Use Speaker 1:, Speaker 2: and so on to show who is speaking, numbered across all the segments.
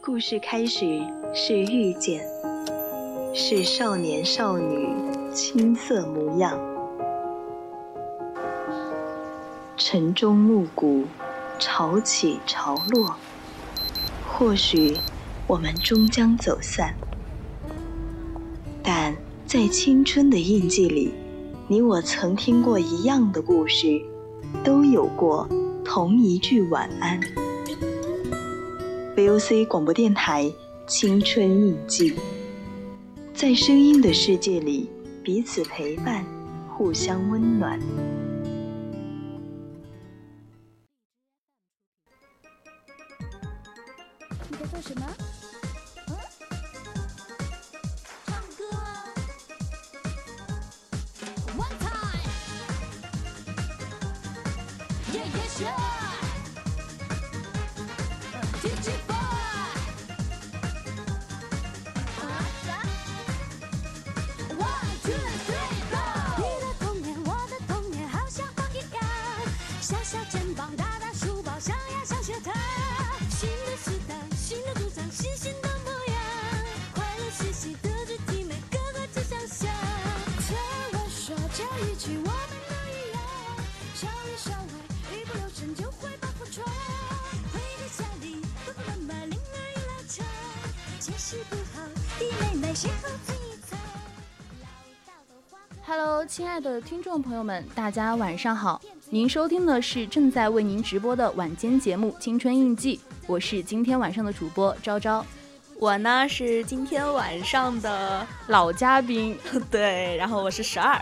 Speaker 1: 故事开始是遇见，是少年少女青涩模样。晨钟暮鼓，潮起潮落。或许我们终将走散，但在青春的印记里，你我曾听过一样的故事，都有过同一句晚安。VOC 广播电台《青春印记》，在声音的世界里，彼此陪伴，互相温暖。
Speaker 2: 你在做什么？嗯？唱歌啊！One time，耶耶是爱，DJ boy，啊啥？One two three go！你的童年，我的童年，好像风一样，小小肩膀，大大书包，上呀上学堂。新的时代，新的主张，新新的模样，快乐学习，德智体美，个个志向想。听我说，这一句我们都一样，少里少外，一不留神就会把破窗。回到家里，爸爸妈妈铃儿一拉长，解释不好，弟妹妹谁后猜一猜。
Speaker 3: Hello，亲爱的听众朋友们，大家晚上好！您收听的是正在为您直播的晚间节目《青春印记》，我是今天晚上的主播昭昭，
Speaker 4: 我呢是今天晚上的
Speaker 3: 老嘉宾。
Speaker 4: 对，然后我是十二，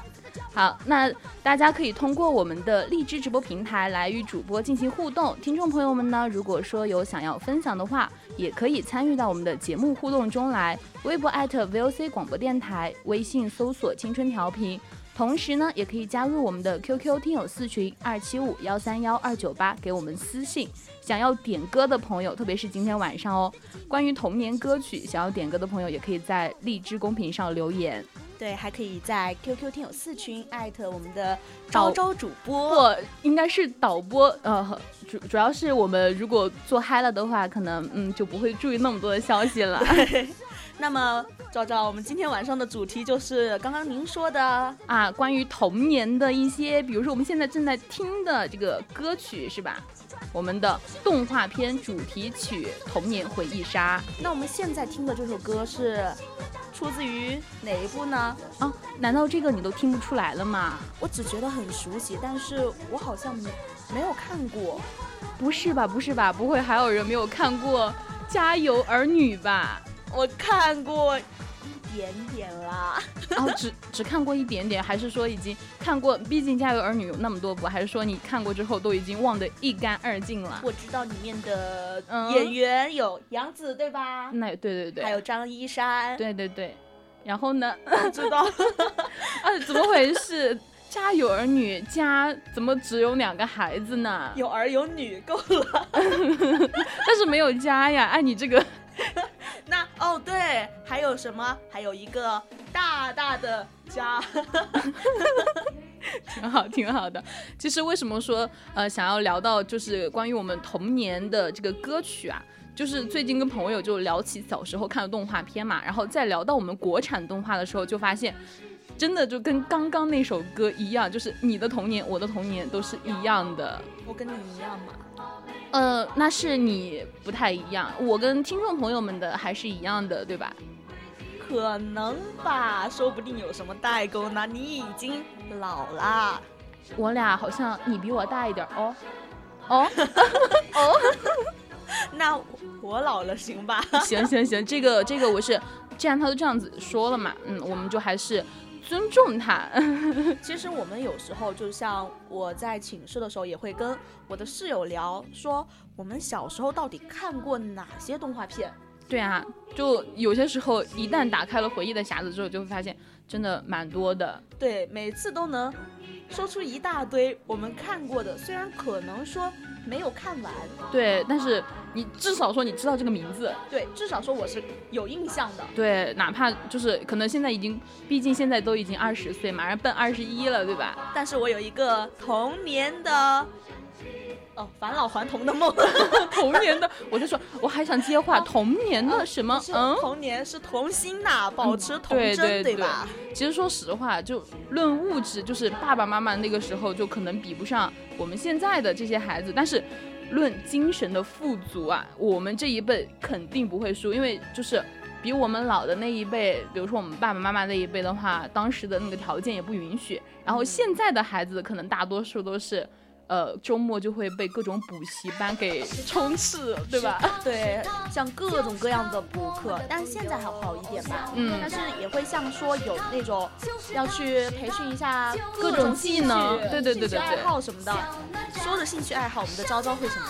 Speaker 3: 好，那大家可以通过我们的荔枝直播平台来与主播进行互动。听众朋友们呢，如果说有想要分享的话，也可以参与到我们的节目互动中来。微博艾特 VOC 广播电台，微信搜索“青春调频”。同时呢，也可以加入我们的 QQ 听友四群二七五幺三幺二九八，给我们私信。想要点歌的朋友，特别是今天晚上哦，关于童年歌曲想要点歌的朋友，也可以在荔枝公屏上留言。
Speaker 4: 对，还可以在 QQ 听友四群艾特我们的
Speaker 3: 导
Speaker 4: 昭昭主播。
Speaker 3: 我应该是导播，呃，主主要是我们如果做嗨了的话，可能嗯就不会注意那么多的消息了
Speaker 4: 那么昭昭，我们今天晚上的主题就是刚刚您说的，
Speaker 3: 啊。关于童年的一些，比如说我们现在正在听的这个歌曲是吧？我们的动画片主题曲《童年回忆杀
Speaker 4: 那我们现在听的这首歌是出自于哪一部呢？》
Speaker 3: 啊，难道这个你都听不出来了吗？
Speaker 4: 我只觉得很熟悉，但是我好像没没有看过。
Speaker 3: 不是吧，不是吧，不会还有人没有看过《家有儿女》吧？
Speaker 4: 我看过一点点啦，
Speaker 3: 哦，只只看过一点点，还是说已经看过？毕竟《家有儿女》有那么多部，还是说你看过之后都已经忘得一干二净了？
Speaker 4: 我知道里面的
Speaker 3: 嗯
Speaker 4: 演员有杨紫对吧？
Speaker 3: 那对对对，
Speaker 4: 还有张一山，
Speaker 3: 对对对，然后呢？
Speaker 4: 我知道。
Speaker 3: 啊，怎么回事？家有儿女，家怎么只有两个孩子呢？
Speaker 4: 有儿有女，够了。
Speaker 3: 但是没有家呀！按你这个，
Speaker 4: 那哦对，还有什么？还有一个大大的家。
Speaker 3: 挺好，挺好的。其实为什么说呃想要聊到就是关于我们童年的这个歌曲啊？就是最近跟朋友就聊起小时候看的动画片嘛，然后再聊到我们国产动画的时候，就发现真的就跟刚刚那首歌一样，就是你的童年，我的童年都是一样的。
Speaker 4: 我跟你一样嘛。
Speaker 3: 呃，那是你不太一样，我跟听众朋友们的还是一样的，对吧？
Speaker 4: 可能吧，说不定有什么代沟呢。你已经老啦，
Speaker 3: 我俩好像你比我大一点儿哦，哦，
Speaker 4: 那我我老了行吧？
Speaker 3: 行行行，这个这个我是，既然他都这样子说了嘛，嗯，我们就还是尊重他。
Speaker 4: 其实我们有时候就像我在寝室的时候，也会跟我的室友聊，说我们小时候到底看过哪些动画片。
Speaker 3: 对啊，就有些时候一旦打开了回忆的匣子之后，就会发现真的蛮多的。
Speaker 4: 对，每次都能说出一大堆我们看过的，虽然可能说没有看完，
Speaker 3: 对，但是你至少说你知道这个名字，
Speaker 4: 对，至少说我是有印象的。
Speaker 3: 对，哪怕就是可能现在已经，毕竟现在都已经二十 岁，马上奔二十一了，对吧？
Speaker 4: 但是我有一个童年的，哦，返老还童的梦，
Speaker 3: 童年的，我就说我还想接话，童年的什 么？
Speaker 4: 啊是
Speaker 3: 嗯，
Speaker 4: 童年是童心呐，保持童
Speaker 3: 对
Speaker 4: 真，
Speaker 3: 对对
Speaker 4: 吧？
Speaker 3: 其实说实话，就论物质，就是爸爸妈妈那个时候就可能比不上我们现在的这些孩子，但是论精神的富足啊，我们这一辈肯定不会输，因为就是比我们老的那一辈，比如说我们爸爸妈妈那一辈的话，当时的那个条件也不允许，然
Speaker 4: 嗯
Speaker 3: 后现在的孩子可能大多数都是。呃，周末就会被各种补习班给 充斥，对吧？
Speaker 4: 对，像各种各样的补课，但现在还好一点吧。
Speaker 3: 嗯
Speaker 4: 但是也会像说有那种要去培训一下
Speaker 3: 各种技能
Speaker 4: 兴趣
Speaker 3: 对对对对
Speaker 4: 兴趣
Speaker 3: 对
Speaker 4: 爱好什么的。说着兴趣爱好，我们的昭昭会什么？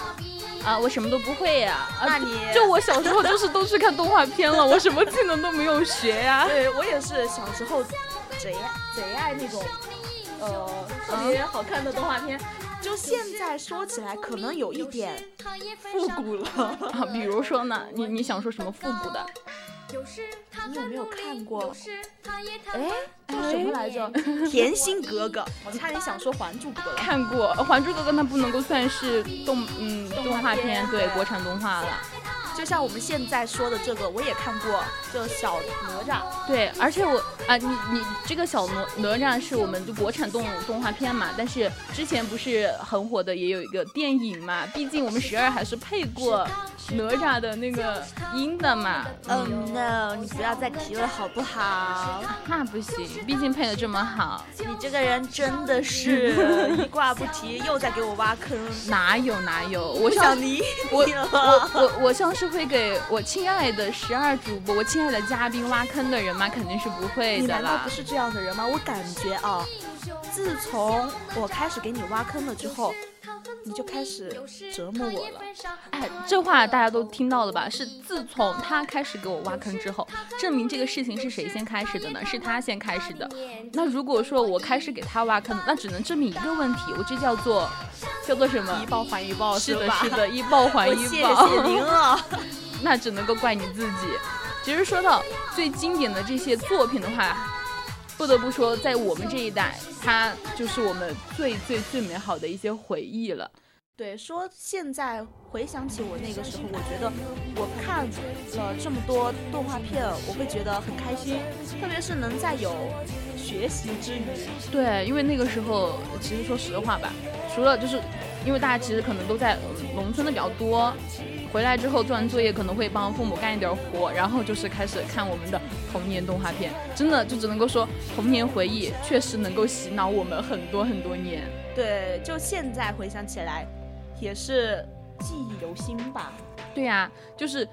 Speaker 3: 啊，我什么都不会呀、啊。
Speaker 4: 那你
Speaker 3: 就我小时候就是都去看动画片了，我什么技能都没有学呀、
Speaker 4: 对我也是小时候贼贼爱那种呃特别好看的动画片，就现在说起来可能有一点复古了。
Speaker 3: 啊。比如说呢，你你想说什么复古的？
Speaker 4: 你有没有看过？
Speaker 2: 哎，
Speaker 4: 叫什么来着？ 甜心格格，我差点想说《还珠格格》了。
Speaker 3: 看过呃《还珠格格》，那不能够算是动嗯
Speaker 4: 动画
Speaker 3: 动画片，
Speaker 4: 片啊
Speaker 3: 对
Speaker 4: 对
Speaker 3: 国产动画了。
Speaker 4: 就像我们现在说的这个，我也看过，就小哪吒。
Speaker 3: 对，而且我啊，你你这个小哪哪吒是我们的国产动动画片嘛，但是之前不是很火的，也有一个电影嘛，毕竟我们十二还是配过哪吒的那个音的嘛。嗯
Speaker 4: Oh no！你不要再提了好不好？
Speaker 3: 那不行，毕竟配的这么好，
Speaker 4: 你这个人真的是一挂不提，又在给我挖坑。
Speaker 3: 哪有哪有？我
Speaker 4: 不
Speaker 3: 小
Speaker 4: 想理
Speaker 3: 我
Speaker 4: 你
Speaker 3: 我
Speaker 4: 了。
Speaker 3: 我我像是会给我亲爱的十二主播、我亲爱的嘉宾挖坑的人吗？肯定是不会
Speaker 4: 你
Speaker 3: 的
Speaker 4: 难道
Speaker 3: 啦
Speaker 4: 不。是这样的人吗？我感觉啊，自从我开始给你挖坑了之后，你就开始折磨我了。
Speaker 3: 哎，这话大家都听到了吧？是自从他开始给我挖坑之后，证明这个事情是谁先开始的呢？是他先开始的。那如果说我开始给他挖坑，那只能证明一个问题，我这叫做叫做什么？
Speaker 4: 报还一报
Speaker 3: 是的，
Speaker 4: 吧
Speaker 3: 是。的，一报还
Speaker 4: 我
Speaker 3: 一
Speaker 4: 谢
Speaker 3: 报。
Speaker 4: 谢您了。
Speaker 3: 那只能够怪你自己。其实说到最经典的这些作品的话，不得不说，在我们这一代，它就是我们最最最美好的一些回忆了。
Speaker 4: 对，说现在回想起我那个时候，我觉得我看了这么多动画片，我会觉得很开心，特别是能在有学习之余，
Speaker 3: 对，因为那个时候，其实说实话吧，除了就是因为大家其实可能都在嗯农村的比较多，回来之后做完作业可能会帮父母干一点活，然后就是开始看我们的童年动画片，真的就只能够说童年回忆确实能够洗脑我们很多很多年。
Speaker 4: 对，就现在回想起来，也是记忆犹新吧。
Speaker 3: 对呀、就是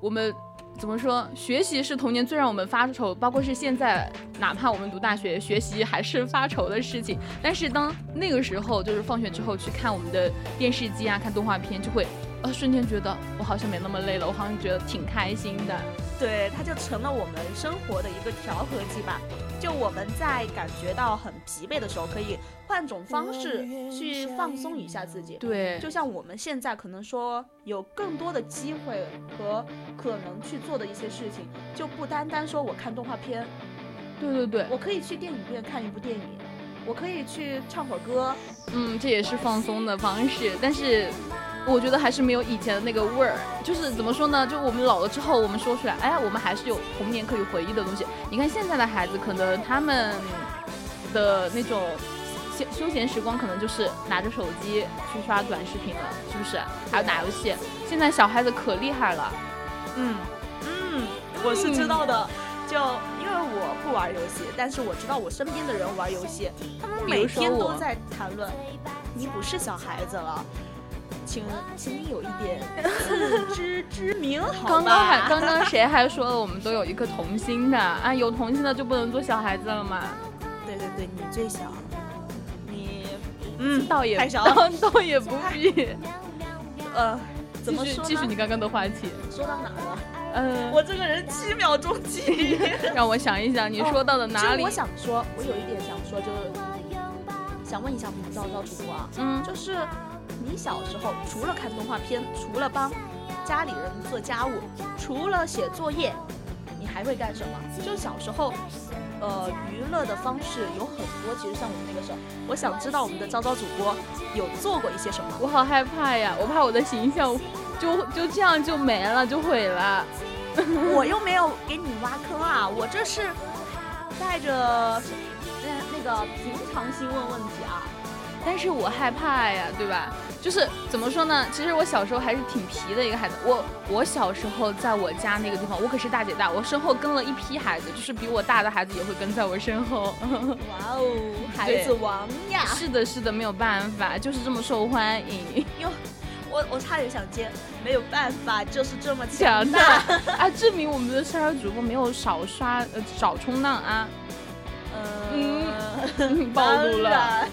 Speaker 3: 我们怎么说，学习是童年最让我们发愁，包括是现在，哪怕我们读大学，学习还是发愁的事情。但是当那个时候，就是放学之后去看我们的电视机啊，看动画片，就会呃瞬间觉得我好像没那么累了，我好像觉得挺开心的。
Speaker 4: 对，它就成了我们生活的一个调和剂吧。就我们在感觉到很疲惫的时候，可以换种方式去放松一下自己。
Speaker 3: 对，
Speaker 4: 就像我们现在可能说有更多的机会和可能去做的一些事情，就不单单说我看动画片，
Speaker 3: 对对对，
Speaker 4: 我可以去电影院看一部电影，我可以去唱会儿歌。
Speaker 3: 嗯，这也是放松的方式，但是我觉得还是没有以前的那个味儿。就是怎么说呢？就我们老了之后，我们说出来，哎呀，我们还是有童年可以回忆的东西。你看现在的孩子，可能他们的那种休休闲时光，可能就是拿着手机去刷短视频了，是不是？还有打游戏。现在小孩子可厉害 了，
Speaker 4: 嗯嗯，我是知道的。就因为我不玩游戏，但是我知道我身边的人玩游戏，他们
Speaker 3: 比
Speaker 4: 每
Speaker 3: 如说
Speaker 4: 天都
Speaker 3: 我
Speaker 4: 在谈论，你不是小孩子了。请，请你有一点 自知之明，好吧？
Speaker 3: 刚刚还刚刚谁还说了我们都有一颗童心的啊？有童心的就不能做小孩子了吗？
Speaker 4: 对对对，你最小，你嗯
Speaker 3: 倒也
Speaker 4: 太小了。
Speaker 3: 倒倒也不必。
Speaker 4: 呃，
Speaker 3: 继
Speaker 4: 怎么
Speaker 3: 续
Speaker 4: 说
Speaker 3: 继续
Speaker 4: 呢
Speaker 3: 你刚刚的话题，
Speaker 4: 说到哪了？
Speaker 3: 嗯，
Speaker 4: 我这个人七秒钟记忆。
Speaker 3: 呃让我想一想，你说到的
Speaker 4: 其
Speaker 3: 哪
Speaker 4: 实
Speaker 3: 里
Speaker 4: 我？想说，我有一点想说，就是想问一下我们昭昭主播啊，
Speaker 3: 嗯，
Speaker 4: 就是你小时候除了看动画片，除了帮家里人做家务，除了写作业，你还会干什么？就小时候，呃娱乐的方式有很多。其实像我们那个时候，我想知道我们的昭昭主播有做过一些什么。
Speaker 3: 我好害怕呀，我怕我的形象就就这样就没了，就毁了。嗯
Speaker 4: 我又没有给你挖坑啊，我这是带着那那个平常心问问 题啊。
Speaker 3: 但是我害怕呀，对吧？就是怎么说呢？其实我小时候还是挺皮的一个孩子。我我小时候在我家那个地方，我可是大姐大，我身后跟了一批孩子，就是比我大的孩子也会跟在我身后。
Speaker 4: 哇哦，孩子王呀！
Speaker 3: 是的，是的，没有办法，就是这么受欢迎。
Speaker 4: 哟，我我差点想接，没有办法，就是这么
Speaker 3: 强
Speaker 4: 强
Speaker 3: 大
Speaker 4: 大。
Speaker 3: 啊，证明我们的少儿主播没有少刷呃少冲浪 啊。
Speaker 4: 嗯，
Speaker 3: 暴露了
Speaker 4: 当然。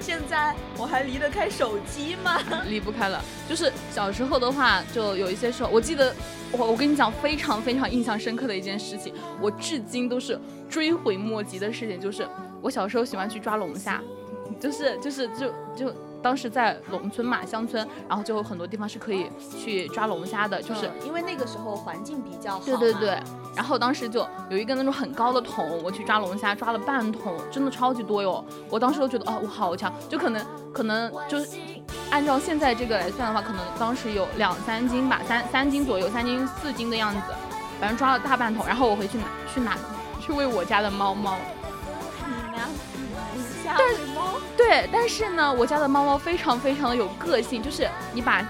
Speaker 4: 现在我还离得开手机吗？
Speaker 3: 离不开了。就是小时候的话，就有一些时候，我记得我我跟你讲非常非常印象深刻的一件事情，我至今都是追悔莫及的事情，就是我小时候喜欢去抓龙虾，就是就是就就。当时在农村嘛，乡村，然后就有很多地方是可以去抓龙虾的，就是
Speaker 4: 嗯因为那个时候环境比较好。
Speaker 3: 对对对。，然后当时就有一个那种很高的桶，我去抓龙虾，抓了半桶，真的超级多哟。我当时都觉得啊，我好强，就可能可能就是按照现在这个来算的话，可能当时有两三斤吧，三三斤左右，三斤四斤的样子，反正抓了大半桶。然后我回去拿去拿去喂我家的猫猫。
Speaker 4: 你俩一下回眸
Speaker 3: 对，但是呢，我家的猫猫非常非常的有个性，就是你把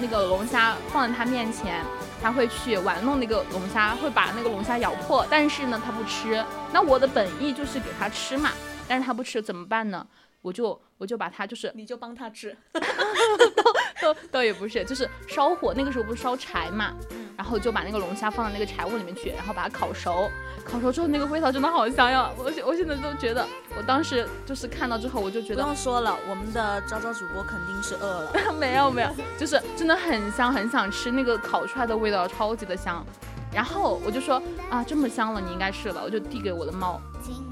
Speaker 3: 那个龙虾放在它面前，它会去玩弄那个龙虾，会把那个龙虾咬破，但是呢，它不吃。那我的本意就是给它吃嘛， 但是它不吃怎么办呢？我就我就把它就是
Speaker 4: 你就帮他吃。
Speaker 3: 倒 倒也不是，就是烧火，那个时候不是烧柴嘛，然后就把那个龙虾放到那个柴火里面去，然后把它烤熟，烤熟之后那个味道真的好香呀！我现我现在都觉得，我当时就是看到之后我就觉
Speaker 4: 不
Speaker 3: 得
Speaker 4: 用说了，我们的昭昭主播肯定是饿了。
Speaker 3: 没有没有，就是真的很香，很想吃那个烤出来的味道，超级的香。然后我就说啊，这么香了，你应该吃了，我就递给我的猫，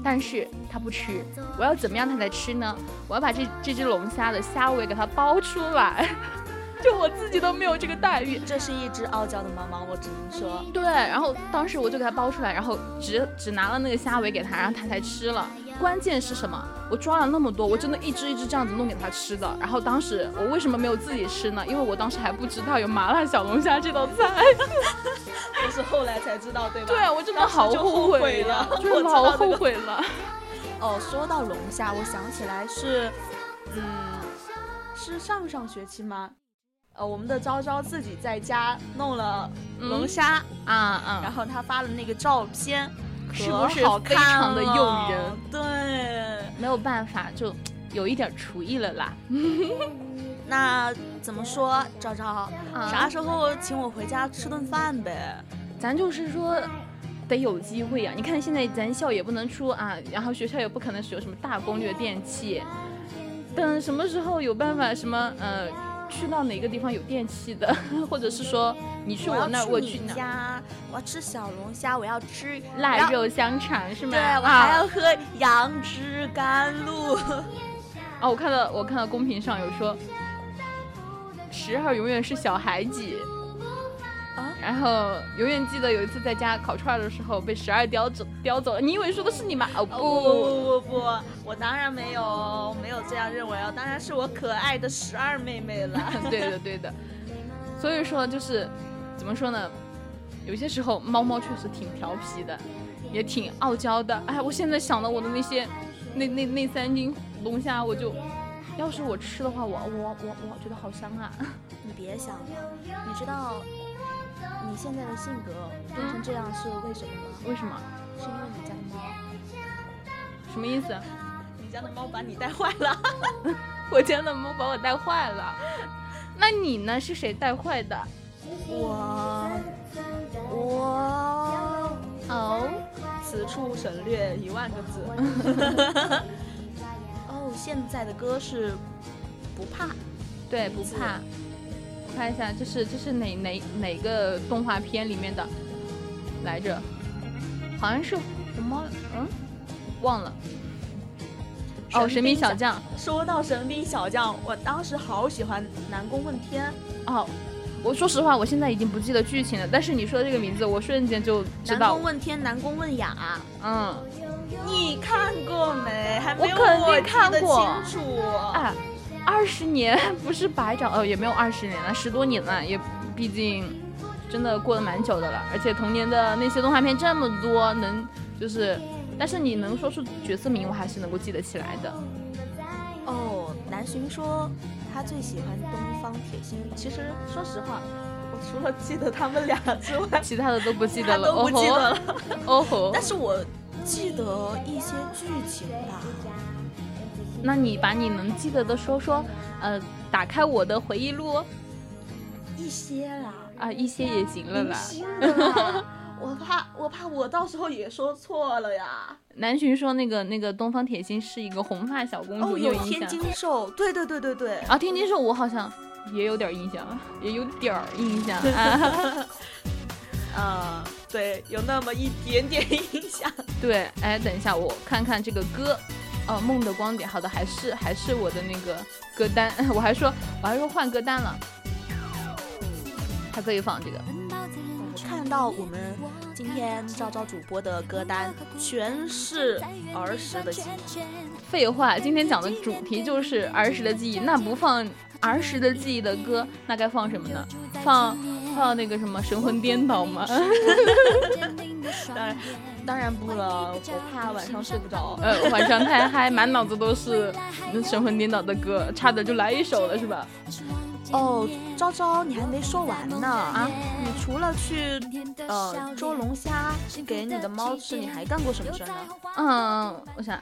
Speaker 3: 但是它不吃。我要怎么样它才吃呢？我要把这这只龙虾的虾尾给它剥出来， 就我自己都没有这个待遇。
Speaker 4: 这是一只傲娇的猫猫，我只能说，
Speaker 3: 对，然后当时我就给它剥出来，然后只只拿了那个虾尾给它，然后它才吃了。关键是什么？我抓了那么多，我真的一只一只这样子弄给它吃的。然后当时我为什么没有自己吃呢？因为我当时还不知道有麻辣小龙虾这道菜。
Speaker 4: 我是后来才知道，对吧？
Speaker 3: 对啊，我真的好后悔呀，
Speaker 4: 当时
Speaker 3: 真
Speaker 4: 就后悔了
Speaker 3: 的好后。悔
Speaker 4: 我知道
Speaker 3: 了。
Speaker 4: 这个哦，说到龙虾，我想起来是，嗯，是上上学期吗？呃，我们的昭昭自己在家弄了龙虾，
Speaker 3: 啊啊
Speaker 4: 然！后她发了那个照片，
Speaker 3: 是
Speaker 4: 可
Speaker 3: 不是
Speaker 4: 好
Speaker 3: 非
Speaker 4: 看
Speaker 3: 常的诱
Speaker 4: 了
Speaker 3: 人？
Speaker 4: 对。
Speaker 3: 啊没有办法，就有一点厨艺了啦。
Speaker 4: 那怎么说，昭昭，
Speaker 3: 啊
Speaker 4: 啥时候请我回家吃顿饭呗？
Speaker 3: 咱就是说。得有机会啊呀、你看现在咱校也不能出啊，然后学校也不可能使用什么大功率的电器。等什么时候有办法，什么呃，去到哪个地方有电器的， 或者是说你去我那儿，我
Speaker 4: 我要
Speaker 3: 去
Speaker 4: 你
Speaker 3: 哪儿，
Speaker 4: 家，我要吃小龙虾，我要吃我
Speaker 3: 腊
Speaker 4: 要
Speaker 3: 肉香肠是吗？
Speaker 4: 对，我还要喝杨枝甘露。
Speaker 3: 啊啊！我看到我看到公屏上有说，十号永远是小孩子。
Speaker 4: 啊
Speaker 3: 然后永远记得有一次在家烤串儿的时候被十二叼走叼走了，你以为说的是你吗？哦不，
Speaker 4: 不不不，我当然没有没有这样认为哦，当然是我可爱的十二妹妹了。
Speaker 3: 对的，对的。所以说就是怎么说呢？有些时候猫猫确实挺调皮的，也挺傲娇的。哎，我现在想到我的那些那那那三斤龙虾，我就要是我吃的话，我我我我觉得好香啊！
Speaker 4: 你别想了，你知道你现在的性格变成这样是为什么吗？
Speaker 3: 为什么？
Speaker 4: 是因为你家的猫，
Speaker 3: 什么意思？
Speaker 4: 你家的猫把你带坏了。
Speaker 3: 我家的猫把我带坏了。那你呢？是谁带坏的？
Speaker 4: 我我
Speaker 3: 哦，
Speaker 4: 此处省略一万个字。 哦，现在的歌是不怕。
Speaker 3: 对，不怕。我看一下，这是这是哪哪哪个动画片里面的来着？好像是红猫，嗯，忘了。哦，神
Speaker 4: 神
Speaker 3: 兵
Speaker 4: 兵
Speaker 3: 小
Speaker 4: 小
Speaker 3: 将。
Speaker 4: 说到神兵小将，我当时好喜欢南宫问天。
Speaker 3: 哦，我说实话，我现在已经不记得剧情了，但是你说这个名字，我瞬间就知
Speaker 4: 南
Speaker 3: 道
Speaker 4: 宫。问天，南宫问雅，
Speaker 3: 嗯，
Speaker 4: 你看过没？还没有
Speaker 3: 我肯定
Speaker 4: 记
Speaker 3: 看
Speaker 4: 得
Speaker 3: 过
Speaker 4: 清楚。
Speaker 3: 啊，二十年 不是白长，哦，也没有二十年了，十多年了，也毕竟真的过得蛮久的了。而且童年的那些动画片这么多，能就是，但是你能说出角色名，我还是能够记得起来的。
Speaker 4: 哦，南浔说他最喜欢东方铁心。其实说实话，我除了记得他们俩之 外，
Speaker 3: 其他的都不记得
Speaker 4: 他
Speaker 3: 了，
Speaker 4: 都不记得了。
Speaker 3: 哦吼。哦吼
Speaker 4: 但是我记得一些剧情吧。
Speaker 3: 那你把你能记得的说说，呃，打开我的回忆录
Speaker 4: 一些 啦，
Speaker 3: 啊，一些也行了
Speaker 4: 零
Speaker 3: 啦。
Speaker 4: 星的啦。我怕，我怕我到时候也说错了呀。
Speaker 3: 南浔说那个那个东方铁心是一个红发小公主，
Speaker 4: 哦，
Speaker 3: 你
Speaker 4: 有
Speaker 3: 印
Speaker 4: 天
Speaker 3: 象？
Speaker 4: 津兽，对对对对 对。
Speaker 3: 啊，天津是我好像也有点印象，也有点儿印象。啊、
Speaker 4: 呃，对，有那么一点点影响。
Speaker 3: 对，哎，等一下，我看看这个歌。哦，梦的光点，好的，还是还是我的那个歌单， 我还说我还说换歌单了，还可以放这个。
Speaker 4: 我看到我们今天昭昭主播的歌单全是儿时的记忆，
Speaker 3: 废话，今天讲的主题就是儿时的记忆，那不放儿时的记忆的歌，那该放什么呢？放 放那个什么神魂颠倒吗？
Speaker 4: 当然当然不了，我怕晚上睡不着。
Speaker 3: 呃，晚上太嗨，满脑子都是嗯神魂颠倒的歌，差点就来一首了，是吧？
Speaker 4: 哦，昭昭，你还没说完呢啊！你除了去呃捉龙虾给你的猫吃，你还干过什么事儿呢？
Speaker 3: 嗯，我想，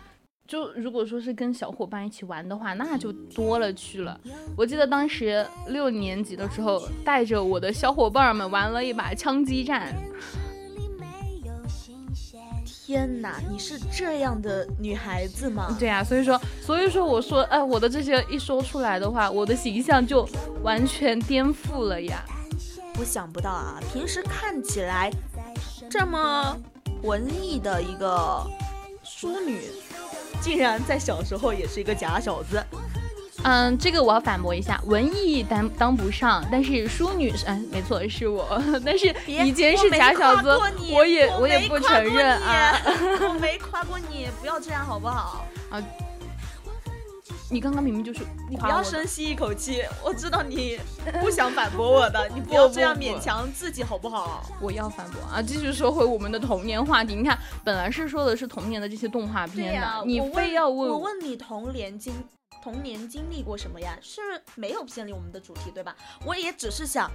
Speaker 3: 就如果说是跟小伙伴一起玩的话，那就多了去了。我记得当时六年级的时候，带着我的小伙伴们玩了一把枪击战。
Speaker 4: 天哪，你是这样的女孩子吗？
Speaker 3: 对呀、啊所以说，所以说我说，哎，我的这些一说出来的话，我的形象就完全颠覆了呀。
Speaker 4: 我想不到啊，平时看起来这么文艺的一个淑女，竟然在小时候也是一个假小子。
Speaker 3: 嗯，这个我要反驳一下，文艺当当不上，但是淑女是，嗯，没错，是我，但是
Speaker 4: 别
Speaker 3: 以前是假小子
Speaker 4: 我没夸过，你
Speaker 3: 我也
Speaker 4: 我
Speaker 3: 也
Speaker 4: 没
Speaker 3: 不
Speaker 4: 夸
Speaker 3: 承
Speaker 4: 过
Speaker 3: 认
Speaker 4: 你
Speaker 3: 啊。
Speaker 4: 我没夸过你，不要这样好不好？
Speaker 3: 你刚刚明明就是
Speaker 4: 你不
Speaker 3: 夸
Speaker 4: 要
Speaker 3: 我的
Speaker 4: 深吸一口气，我知道你不想反驳我的， 你不要这样勉强自己好不好？
Speaker 3: 我要反驳啊！继续说回我们的童年话题，你看，本来是说的是童年的这些动画
Speaker 4: 对
Speaker 3: 片的，
Speaker 4: 呀、
Speaker 3: 你
Speaker 4: 我
Speaker 3: 非要
Speaker 4: 我
Speaker 3: 我
Speaker 4: 问你童年经童年经历过什么呀？是没有偏离我们的主题对吧？我也只是想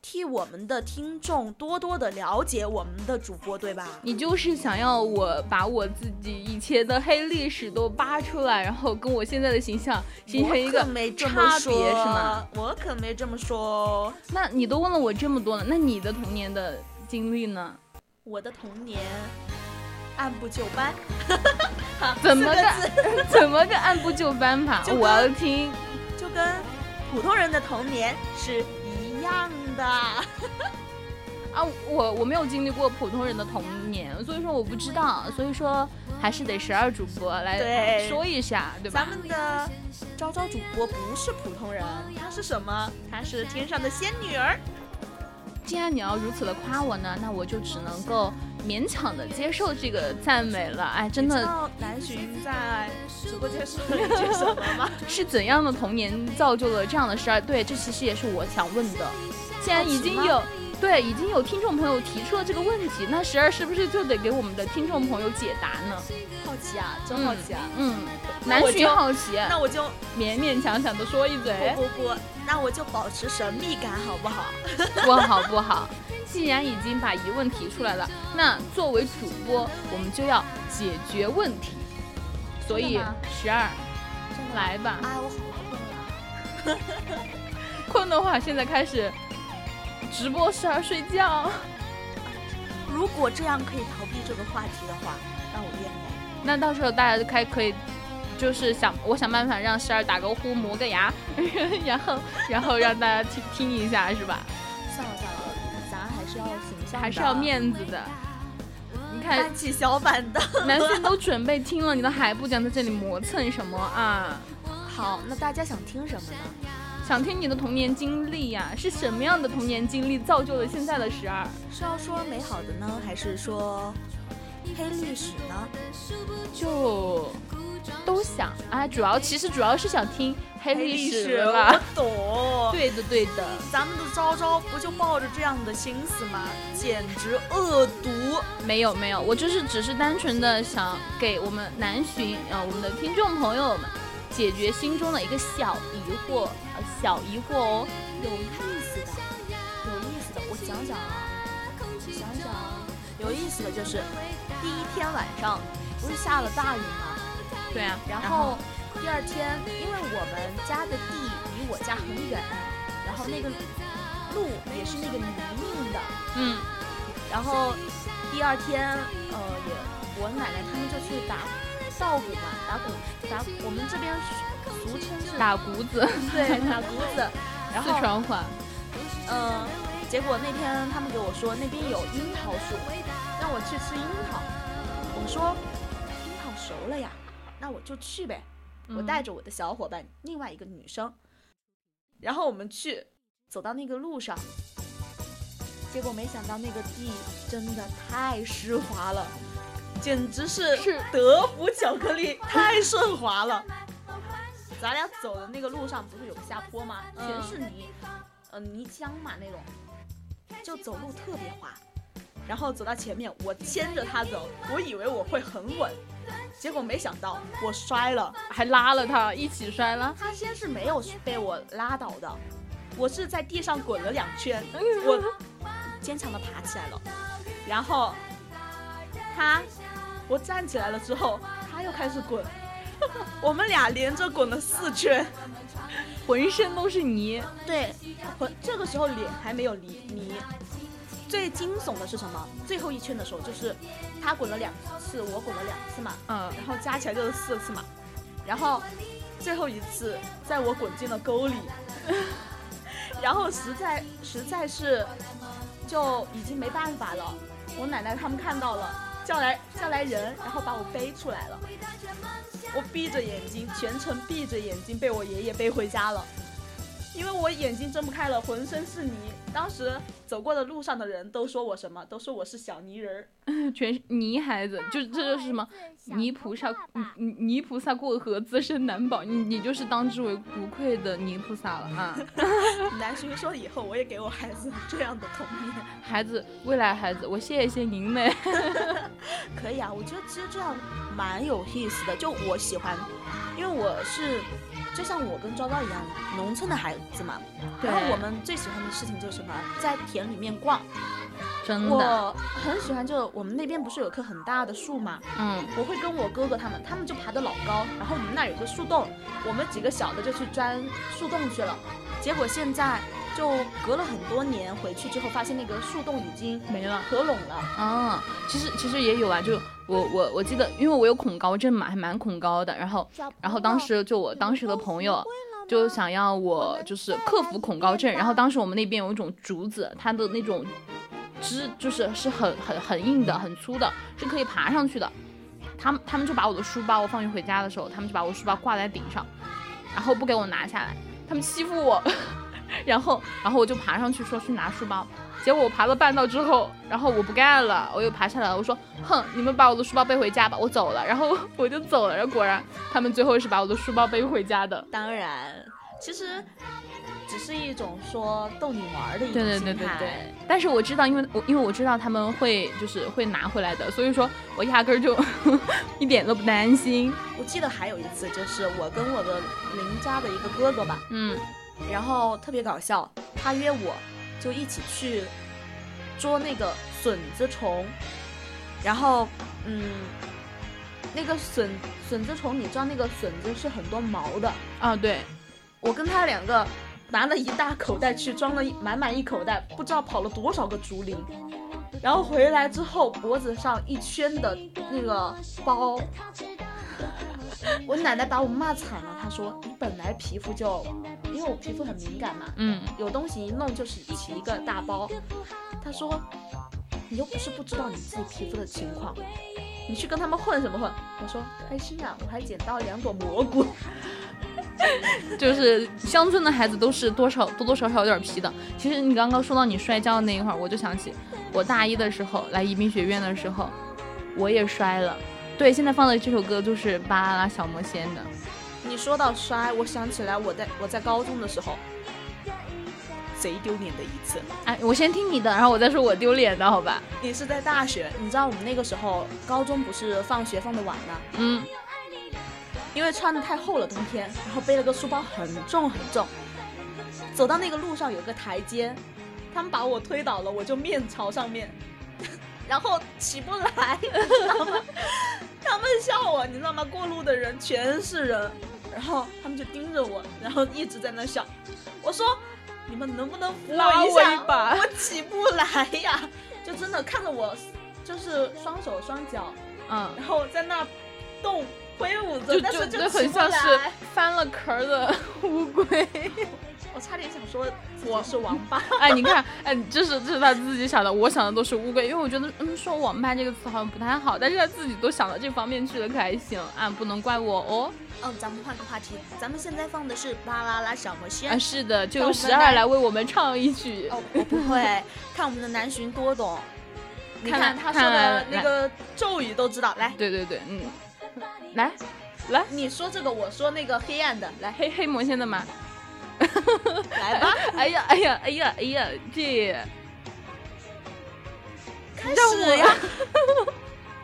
Speaker 4: 替我们的听众多多的了解我们的主播对吧？
Speaker 3: 你就是想要我把我自己以前的黑历史都扒出来，然后跟我现在的形象形成一
Speaker 4: 我
Speaker 3: 个
Speaker 4: 可没这么
Speaker 3: 差
Speaker 4: 说，
Speaker 3: 别，是吗？？
Speaker 4: 我可没这么说哦。
Speaker 3: 那你都问了我这么多了，那你的童年的经历呢？
Speaker 4: 我的童年按部就班，
Speaker 3: 怎么个
Speaker 4: 四个字
Speaker 3: 怎么个按部就班法？
Speaker 4: 就跟
Speaker 3: 我要听。
Speaker 4: 就跟普通人的童年是一样的。
Speaker 3: 啊，我我没有经历过普通人的童年，所以说我不知道，所以说还是得十二主播来
Speaker 4: 对
Speaker 3: 说一下，对吧
Speaker 4: 咱？们的昭昭主播不是普通人，她是什么？她是天上的仙女儿。
Speaker 3: 既然你要如此的夸我呢，那我就只能够勉强的接受这个赞美了。哎，真
Speaker 4: 你知
Speaker 3: 的
Speaker 4: 道南浔在直播间说了一句什么 吗？
Speaker 3: 是怎样的童年造就了这样的事儿？对，这其实也是我想问的。既然已经有对已经有听众朋友提出了这个问题，那十二是不是就得给我们的听众朋友解答呢？
Speaker 4: 好奇啊，真好奇啊。
Speaker 3: 嗯，
Speaker 4: 那
Speaker 3: 南
Speaker 4: 我
Speaker 3: 浔
Speaker 4: 就
Speaker 3: 好奇，
Speaker 4: 那我就
Speaker 3: 勉勉强强的说一嘴。
Speaker 4: 不不不，那我就保持神秘感好不好？
Speaker 3: 不好不好，既然已经把疑问提出来了，那作为主播，我们就要解决问题。所以
Speaker 4: 真的吗
Speaker 3: 十二，来吧，
Speaker 4: 哎，我好困了。
Speaker 3: 困的话现在开始直播十二睡觉。
Speaker 4: 如果这样可以逃避这个话题的话，那我愿意。
Speaker 3: 那到时候大家就开可以，就是想我想办法让十二打个呼磨个牙， 然后然后让大家听听一下是吧？
Speaker 4: 算了算了，
Speaker 3: 啊
Speaker 4: 咱还是要形象，
Speaker 3: 还是要面子的。你看
Speaker 4: 搬起小板凳。
Speaker 3: 男生都准备听了，你都还不讲，在这里磨蹭什么啊？
Speaker 4: 好，那大家想听什么呢？
Speaker 3: 想听你的童年经历呀、是什么样的童年经历造就了现在的十二？
Speaker 4: 是要说美好的呢，还是说黑历史呢？
Speaker 3: 就都想啊，主要其实主要是想听黑历史
Speaker 4: 我
Speaker 3: 吧。
Speaker 4: 懂。
Speaker 3: 对的，对的，
Speaker 4: 咱们的昭昭不就抱着这样的心思吗？简直恶毒！
Speaker 3: 没有没有，我就是只是单纯的想给我们南巡啊、呃我们的听众朋友们解决心中的一个小疑惑，呃小疑惑哦。
Speaker 4: 有意思的，有意思的，我想想啊，想想啊，有意思的就是第一天晚上不是下了大雨吗？
Speaker 3: 对啊，
Speaker 4: 然后第二天，因为我们家的地离我家很远，然后那个路也是那个泥泞的，
Speaker 3: 嗯，
Speaker 4: 然后第二天，呃，也我奶奶他们就去打稻谷嘛，打谷打，我们这边俗称是
Speaker 3: 打谷子，
Speaker 4: 对打谷 子，然
Speaker 3: 四
Speaker 4: 后
Speaker 3: 川话，
Speaker 4: 嗯，结果那天他们给我说那边有樱桃树，让我去吃樱桃。我说樱桃熟了呀，那我就去呗。我
Speaker 3: 嗯
Speaker 4: 带着我的小伙伴，另外一个女生，然后我们去走到那个路上，结果没想到那个地真的太湿滑了，简直是
Speaker 3: 是
Speaker 4: 德芙巧 克力太顺滑了。咱俩走的那个路上不是有个下坡吗？
Speaker 3: 嗯
Speaker 4: 全是泥，呃，泥浆嘛那种，就走路特别滑。然后走到前面，我牵着他走，我以为我会很稳，结果没想到我摔了。
Speaker 3: 还拉了他一起摔了。
Speaker 4: 他先是没有被我拉倒的，我是在地上滚了两圈，我坚强的爬起来了。然后他，我站起来了之后，他又开始滚， 我们俩连着滚了四圈。
Speaker 3: 浑身都是泥，
Speaker 4: 对，我这个时候脸还没有离泥。最惊悚的是什么？最后一圈的时候，就是他滚了两次，我滚了两次嘛，
Speaker 3: 嗯，
Speaker 4: 然后加起来就是四次嘛。然后最后一次，在我滚进了沟里， 然后实在实在是就已经没办法了。我奶奶他们看到了，叫来叫来人，然后把我背出来了。我闭着眼睛，全程闭着眼睛被我爷爷背回家了。因为我眼睛睁不开了，浑身是泥。当时走过的路上的人都说我什么？都说我是小泥人儿。
Speaker 3: 全是泥孩子，就这就是什么泥菩萨，嗯泥泥菩萨过河，自身难保，你你就是当之无愧的泥菩萨了啊！
Speaker 4: 南巡说以后我也给我孩子这样的童年，
Speaker 3: 孩子，未来孩子，我谢谢您嘞。
Speaker 4: 可以啊，我觉得其实这样蛮有意思的，就我喜欢，因为我是就像我跟昭昭一样，农村的孩子嘛。
Speaker 3: 对
Speaker 4: 然后我们最喜欢的事情就是什么，在田里面逛。
Speaker 3: 真的，
Speaker 4: 我很喜欢，就我们那边不是有棵很大的树嘛，
Speaker 3: 嗯，
Speaker 4: 我会跟我哥哥他们，他们就爬得老高，然后我们那儿有个树洞，我们几个小的就去钻树洞去了。结果现在就隔了很多年，回去之后发现那个树洞已经
Speaker 3: 没了。
Speaker 4: 合拢了。
Speaker 3: 啊，其实其实也有啊，就我我我记得，因为我有恐高症嘛，还蛮恐高的。然后然后当时就我当时的朋友就想要我就是克服恐高症，然后当时我们那边有一种竹子，它的那种枝就是是很很很硬的，很粗的，是可以爬上去的。他们他们就把我的书包，我放学回家的时候，他们就把我书包挂在顶上，然后不给我拿下来，他们欺负我， 然后然后我就爬上去说去拿书包，结果我爬了半道之后，然后我不干了，我又爬下来了，我说哼，你们把我的书包背回家吧，我走了，然后 我就走了，然后果然他们最后是把我的书包背回家的，
Speaker 4: 当然，其实只是一种说逗你玩儿的一种
Speaker 3: 对
Speaker 4: 心
Speaker 3: 对
Speaker 4: 态。
Speaker 3: 对对对，但是我知道，因为我因为我知道他们会就是会拿回来的，所以说我压根儿就 一点都不担心，
Speaker 4: 我记得还有一次，就是我跟我的邻家的一个哥哥吧，
Speaker 3: 嗯
Speaker 4: 然后特别搞笑，他约我就一起去捉那个笋子虫，然后嗯，那个笋笋子虫，你知道那个笋子是很多毛的，
Speaker 3: 啊对。
Speaker 4: 我跟他两个拿了一大口袋去，装了一满满一口袋，不知道跑了多少个竹林。然后回来之后，脖子上一圈的那个包， 我奶奶把我骂惨了。她说：“你本来皮肤就，因为我皮肤很敏感嘛，
Speaker 3: 嗯，
Speaker 4: 有东西一弄就是起一个大包。”她说：“你又不是不知道你自己皮肤的情况，你去跟他们混什么混？”我说：“开心啊，我还捡到两朵蘑菇。”
Speaker 3: 嗯就是乡村的孩子都是多少多多少少有点皮的。其实你刚刚说到你摔跤那一会儿，我就想起我大一的时候来宜宾学院的时候，我也摔了。对，现在放的这首歌就是巴啦啦小魔仙的。
Speaker 4: 你说到摔，我想起来我在我在高中的时候，贼丢脸的一次。
Speaker 3: 哎，我先听你的，然后我再说我丢脸的好吧？
Speaker 4: 你是在大学，你知道我们那个时候高中不是放学放的晚吗？
Speaker 3: 嗯，
Speaker 4: 因为穿的太厚了，冬天，然后背了个书包很重很重，走到那个路上有个台阶，他们把我推倒了，我就面朝上面， 然后起不来，你知道吗？ 他们笑我，你知道吗？过路的人全是人，然后他们就盯着我，然后一直在那笑。我说你们能不能扶
Speaker 3: 拉
Speaker 4: 一
Speaker 3: 我
Speaker 4: 下？
Speaker 3: 一把
Speaker 4: 我起不来呀，就真的看着我，就是双手双脚，
Speaker 3: 嗯，
Speaker 4: 然后在那动挥舞着，
Speaker 3: 就
Speaker 4: 但是
Speaker 3: 就就
Speaker 4: 起
Speaker 3: 很
Speaker 4: 不
Speaker 3: 像是
Speaker 4: 来
Speaker 3: 翻了壳儿的乌龟。
Speaker 4: 我差点想说我是王八，
Speaker 3: 哎，你看，哎，这是这是他自己想的，我想的都是乌龟，因为我觉得，嗯，说网吧这个词好像不太好，但是他自己都想到这方面去了，可还行啊，不能怪我哦。
Speaker 4: 嗯，咱们换个话题，咱们现在放的是《巴啦啦小魔仙
Speaker 3: 啊，》是的，就
Speaker 4: 那我
Speaker 3: 由
Speaker 4: 们
Speaker 3: 十二
Speaker 4: 来
Speaker 3: 来为我们唱一曲。
Speaker 4: 哦，我不会，看我们的南巡多懂，你
Speaker 3: 看
Speaker 4: 看
Speaker 3: 来
Speaker 4: 他说
Speaker 3: 看来
Speaker 4: 的那个咒语都知道。来，
Speaker 3: 对对对，嗯，来来，
Speaker 4: 你说这个，我说那个黑暗的，来
Speaker 3: 黑黑魔仙的嘛。
Speaker 4: 来吧，
Speaker 3: 哎呀哎呀哎呀哎呀，这
Speaker 4: 开
Speaker 3: 让我
Speaker 4: 始呀！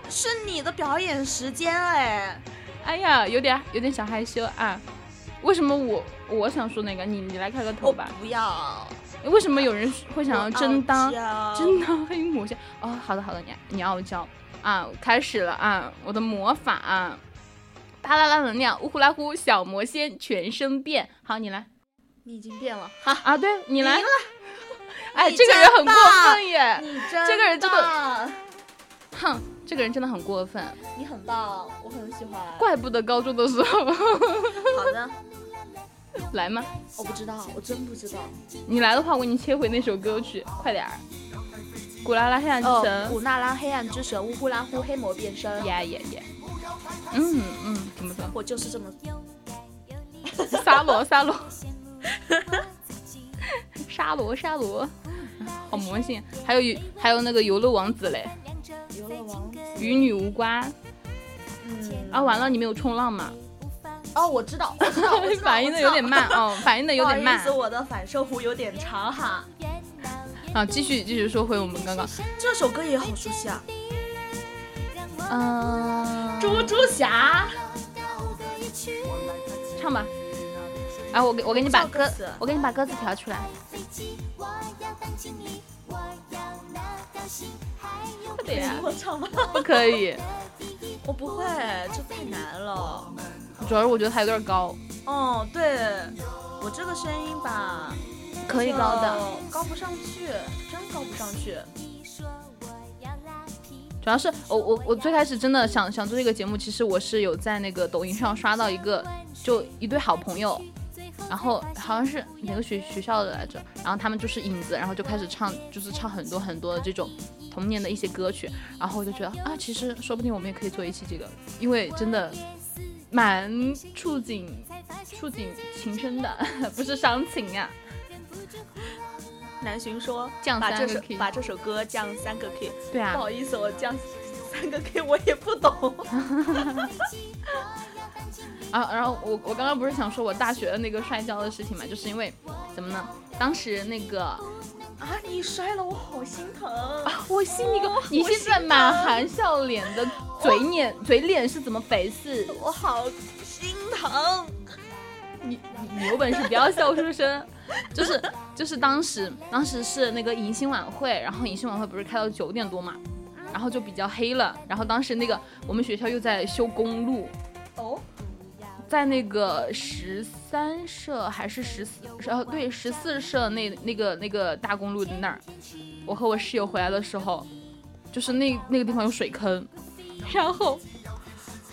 Speaker 4: 是你的表演时间哎，
Speaker 3: 哎呀有点有点小害羞啊。为什么我我想说那个你你来开个头
Speaker 4: 我
Speaker 3: 吧？
Speaker 4: 不要，
Speaker 3: 为什么有人会想要真当
Speaker 4: 我傲娇
Speaker 3: 真当黑魔仙？哦，好的好的，你你傲娇啊，开始了啊，我的魔法啊，巴啦啦能量，呜呼啦呼，小魔仙全身变。好，你来
Speaker 4: 你已经 变了，哈，
Speaker 3: 啊，对你来
Speaker 4: 赢，
Speaker 3: 哎，
Speaker 4: 你
Speaker 3: 这个人很
Speaker 4: 真棒
Speaker 3: 过分耶，
Speaker 4: 你真
Speaker 3: 这个人真的
Speaker 4: 棒
Speaker 3: 哼，这个人真的很过分，
Speaker 4: 你很棒，我很喜欢。
Speaker 3: 怪不得高中的时候
Speaker 4: 好的，
Speaker 3: 来嘛，
Speaker 4: 我不知道，我真不知道。
Speaker 3: 你来的话，我给你切回那首歌曲，快点儿，古拉拉黑暗之
Speaker 4: 哦，
Speaker 3: 神
Speaker 4: 古，娜拉黑暗之神乌呼啦呼黑魔变身，
Speaker 3: 耶耶耶，嗯嗯，怎么说？
Speaker 4: 我就是这么
Speaker 3: 沙罗沙罗，沙罗沙罗，好魔性。还有游还有那个游乐王子嘞，
Speaker 4: 游乐王子。
Speaker 3: 鱼女无瓜
Speaker 4: 嗯，
Speaker 3: 啊，完了你没有冲浪嘛？
Speaker 4: 哦，我知道，我知道，我知 道
Speaker 3: 反应的有点慢。哦，反应的
Speaker 4: 我知道
Speaker 3: 有点 慢
Speaker 4: 不好意思，我的反射弧有点长哈。
Speaker 3: 啊。继续继续说回我们刚刚，
Speaker 4: 这首歌也好熟悉啊，
Speaker 3: 嗯，
Speaker 4: 《猪侠》。
Speaker 3: 唱吧。啊，我给我给你把
Speaker 4: 我不知
Speaker 3: 歌
Speaker 4: 道歌词，
Speaker 3: 我给你把歌词调出来，快点呀
Speaker 4: 你，我唱吧，
Speaker 3: 啊不可以。
Speaker 4: 我不会，这太难了。
Speaker 3: 主要是我觉得它有点高，
Speaker 4: 哦，对，我这个声音吧，
Speaker 3: 可以高的。，
Speaker 4: 高不上去，真高不上去。
Speaker 3: 主要是哦我我我最开始真的想想做这个节目，其实我是有在那个抖音上刷到一个，就一对好朋友，然后好像是哪个学学校的来着，然后他们就是影子，然后就开始唱，就是唱很多很多的这种童年的一些歌曲，然后我就觉得啊，其实说不定我们也可以做一期这个，因为真的蛮触景触景情深的， 不是伤情啊。
Speaker 4: 南巡说
Speaker 3: 降
Speaker 4: 把这
Speaker 3: 三个
Speaker 4: 首
Speaker 3: key
Speaker 4: 把这首歌降三个 key，
Speaker 3: 对啊
Speaker 4: 不好意思，我降三个 key 我也不懂。
Speaker 3: 啊，然后我我刚刚不是想说我大学的那个摔跤的事情嘛，就是因为怎么呢？当时那个
Speaker 4: 啊，你摔了，我好心疼。
Speaker 3: 啊我信你个
Speaker 4: 哦，
Speaker 3: 你
Speaker 4: 我
Speaker 3: 现
Speaker 4: 心
Speaker 3: 在满
Speaker 4: 疼
Speaker 3: 含笑脸的嘴脸，嘴脸是怎么回事？
Speaker 4: 我好心疼。
Speaker 3: 你你有本事不要笑出声，就是就是当时当时是那个迎新晚会，然后迎新晚会不是开到九点多嘛，然后就比较黑了，然后当时那个我们学校又在修公路，
Speaker 4: 哦，
Speaker 3: 在那个十三社还是十四，呃，对，十四社那那个那个大公路那儿，我和我室友回来的时候，就是那那个地方有水坑，然后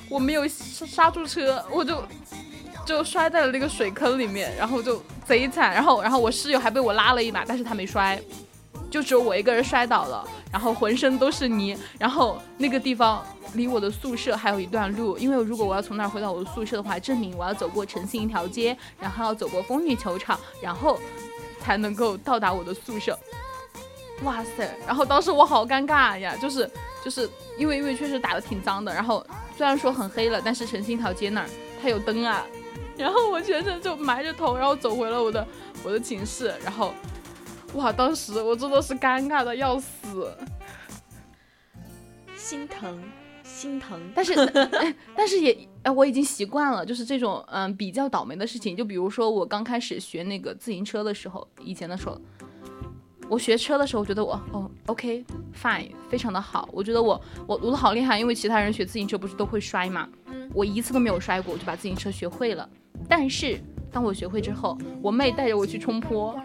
Speaker 3: 我没有刹刹住车，我就就摔在了那个水坑里面，然后就贼惨，然后然后我室友还被我拉了一把，但是他没摔。就只有我一个人摔倒了，然后浑身都是泥，然后那个地方离我的宿舍还有一段路，因为如果我要从那儿回到我的宿舍的话，证明我要走过诚信一条街，然后要走过风雨球场，然后才能够到达我的宿舍。哇塞！然后当时我好尴尬呀，就是就是因为因为确实打的挺脏的，然后虽然说很黑了，但是诚心桃街那儿它有灯啊，然后我全程就埋着头，然后走回了我的我的寝室，然后哇，当时我真的是尴尬的要死，
Speaker 4: 心疼，心疼。
Speaker 3: 但是 哎但是也哎我已经习惯了，就是这种嗯比较倒霉的事情，就比如说我刚开始学那个自行车的时候，以前的时候。我学车的时候，我觉得我哦，OK fine，非常的好。我觉得我我读的好厉害，因为其他人学自行车不是都会摔嘛，我一次都没有摔过，我就把自行车学会了。但是当我学会之后，我妹带着我去冲坡，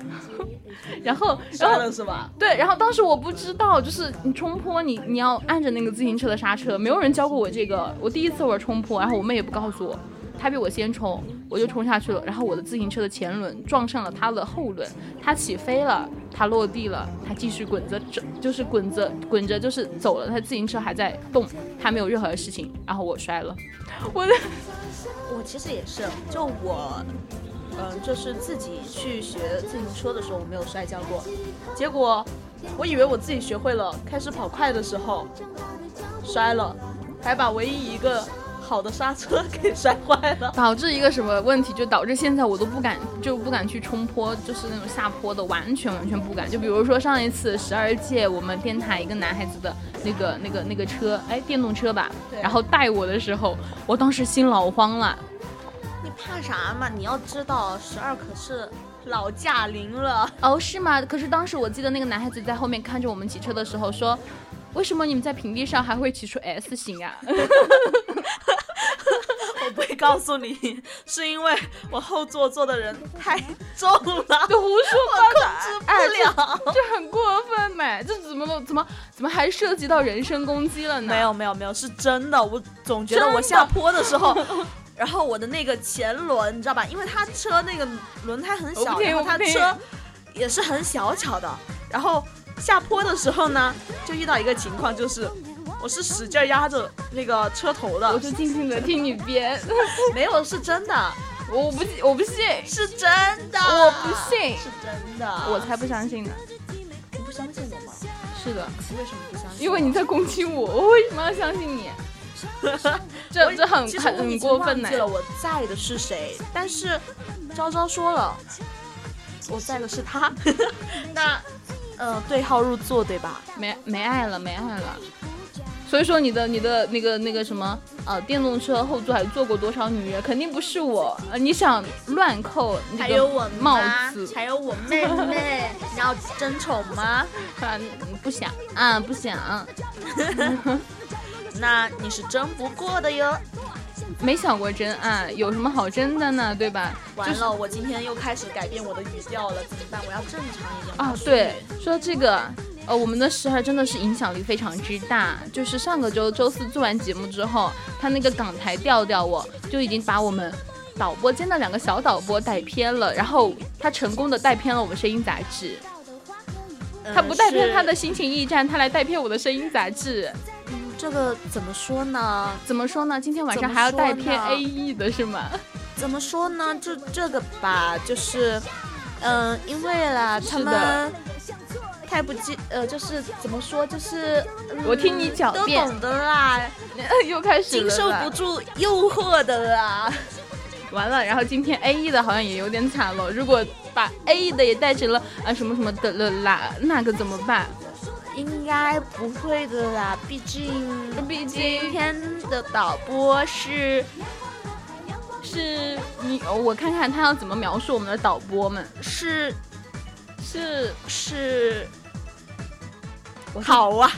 Speaker 3: 然后然
Speaker 5: 摔
Speaker 3: 后
Speaker 5: 了是吧？
Speaker 3: 对，然后当时我不知道，就是你冲坡你，你要按着那个自行车的刹车，没有人教过我这个。我第一次玩冲坡，然后我妹也不告诉我，她比我先冲，我就冲下去了。然后我的自行车的前轮撞上了她的后轮，她起飞了，她落地了，她继续滚着走，就是滚着滚着就是走了，她自行车还在动，她没有任何的事情。然后我摔了， 我的
Speaker 4: 我其实也是，就我，嗯、就是自己去学自行车的时候，我没有摔跤过。
Speaker 5: 结果我以为我自己学会了，开始跑快的时候摔了，还把唯一一个好的刹车给摔坏了。
Speaker 3: 导致一个什么问题？就导致现在我都不敢，就不敢去冲坡，就是那种下坡的，完全完全不敢。就比如说上一次十二届我们电台一个男孩子的那个那个那个车，哎，电动车吧，
Speaker 5: 对
Speaker 3: 然后带我的时候，我当时心老慌了。
Speaker 4: 你怕啥嘛？你要知道，十二可是老驾龄了。
Speaker 3: 哦，是吗？可是当时我记得那个男孩子在后面看着我们骑车的时候说。为什么你们在平地上还会骑出 S 型 啊？
Speaker 5: 我不会告诉你，是因为我后座坐的人太重了，
Speaker 3: 就胡说八道，哎
Speaker 5: 不了。
Speaker 3: 这 这很过分没？这怎么了？怎么怎么还涉及到人身攻击了呢？
Speaker 5: 没有没有没有，是真的。我总觉得
Speaker 4: 真的
Speaker 5: 我下坡的时候，然后我的那个前轮，你知道吧？因为它车那个轮胎很
Speaker 3: 我
Speaker 5: 小，
Speaker 3: 不听
Speaker 5: 然后
Speaker 3: 我
Speaker 5: 它
Speaker 3: 不听
Speaker 5: 车也是很小巧的。然后下坡的时候呢，就遇到一个情况，就是我是使劲压着那个车头
Speaker 3: 我
Speaker 5: 的，
Speaker 3: 就静静的听你 编，
Speaker 5: 没有是真的，
Speaker 3: 我不信，我不信，
Speaker 5: 是真的，
Speaker 3: 我不信
Speaker 5: 是真的，
Speaker 3: 我才不相信呢。
Speaker 5: 你不相信我吗？
Speaker 3: 是的，
Speaker 5: 你为什么不相信我？
Speaker 3: 因为你在攻击我，我为什么要相信你？
Speaker 5: 我
Speaker 3: 这
Speaker 5: 已
Speaker 3: 这很
Speaker 5: 其实
Speaker 3: 很
Speaker 5: 我已
Speaker 3: 很
Speaker 5: 经
Speaker 3: 过分
Speaker 5: 忘
Speaker 3: 呢
Speaker 4: 哎
Speaker 5: 记。了我在的是谁，但是昭昭说了，我在的是他。 那呃，对号入座对吧？
Speaker 3: 没没爱了，没爱了。所以说你的你的那个那个什么呃，电动车后座还坐过多少女人？肯定不是我。呃、你想乱扣那
Speaker 4: 还有
Speaker 3: 个
Speaker 4: 我
Speaker 3: 帽
Speaker 4: 妈
Speaker 3: 子，
Speaker 4: 还有我妹妹， 你要争宠吗？
Speaker 3: 啊嗯不想啊，不想，
Speaker 4: 那你是争不过的哟。
Speaker 3: 没想过真爱，有什么好争的呢？对吧？
Speaker 5: 完了，我今天又开始改变我的语调了，怎么办？我要正常一点。
Speaker 3: 啊，对，说到这个，呃，我们的十二真的是影响力非常之大。就是上个周周四做完节目之后，他那个港台调调我，就已经把我们导播间的两个小导播带偏了，然后他成功的带偏了我们声音杂志。
Speaker 4: 嗯
Speaker 3: 他不带偏他的心情驿站，他来带偏我的声音杂志。
Speaker 4: 这个怎么说呢？
Speaker 3: 怎么说呢？今天晚上
Speaker 4: 怎么
Speaker 3: 还要带
Speaker 4: 说
Speaker 3: 偏
Speaker 4: 呢
Speaker 3: A E 的是吗？
Speaker 4: 怎么说呢？就这个吧，就是，嗯、因为啦，他
Speaker 3: 的
Speaker 4: 们太不记，呃，就是怎么说，就是、嗯
Speaker 3: 我听你狡
Speaker 4: 都
Speaker 3: 辩
Speaker 4: 懂的啦，
Speaker 3: 又开始
Speaker 4: 经
Speaker 3: 了
Speaker 4: 受
Speaker 3: 吧
Speaker 4: 不住诱惑的啊啦。
Speaker 3: 完了，然后今天 A E 的好像也有点惨了。如果把 A E 的也带成了啊什么什么的了啦，那可怎么办？
Speaker 4: 应该不会的啦，毕竟
Speaker 3: 毕
Speaker 4: 今
Speaker 3: 竟
Speaker 4: 天的导播是
Speaker 3: 是你，哦我看看他要怎么描述我们的导播们
Speaker 4: 是
Speaker 3: 是
Speaker 4: 是，好啊，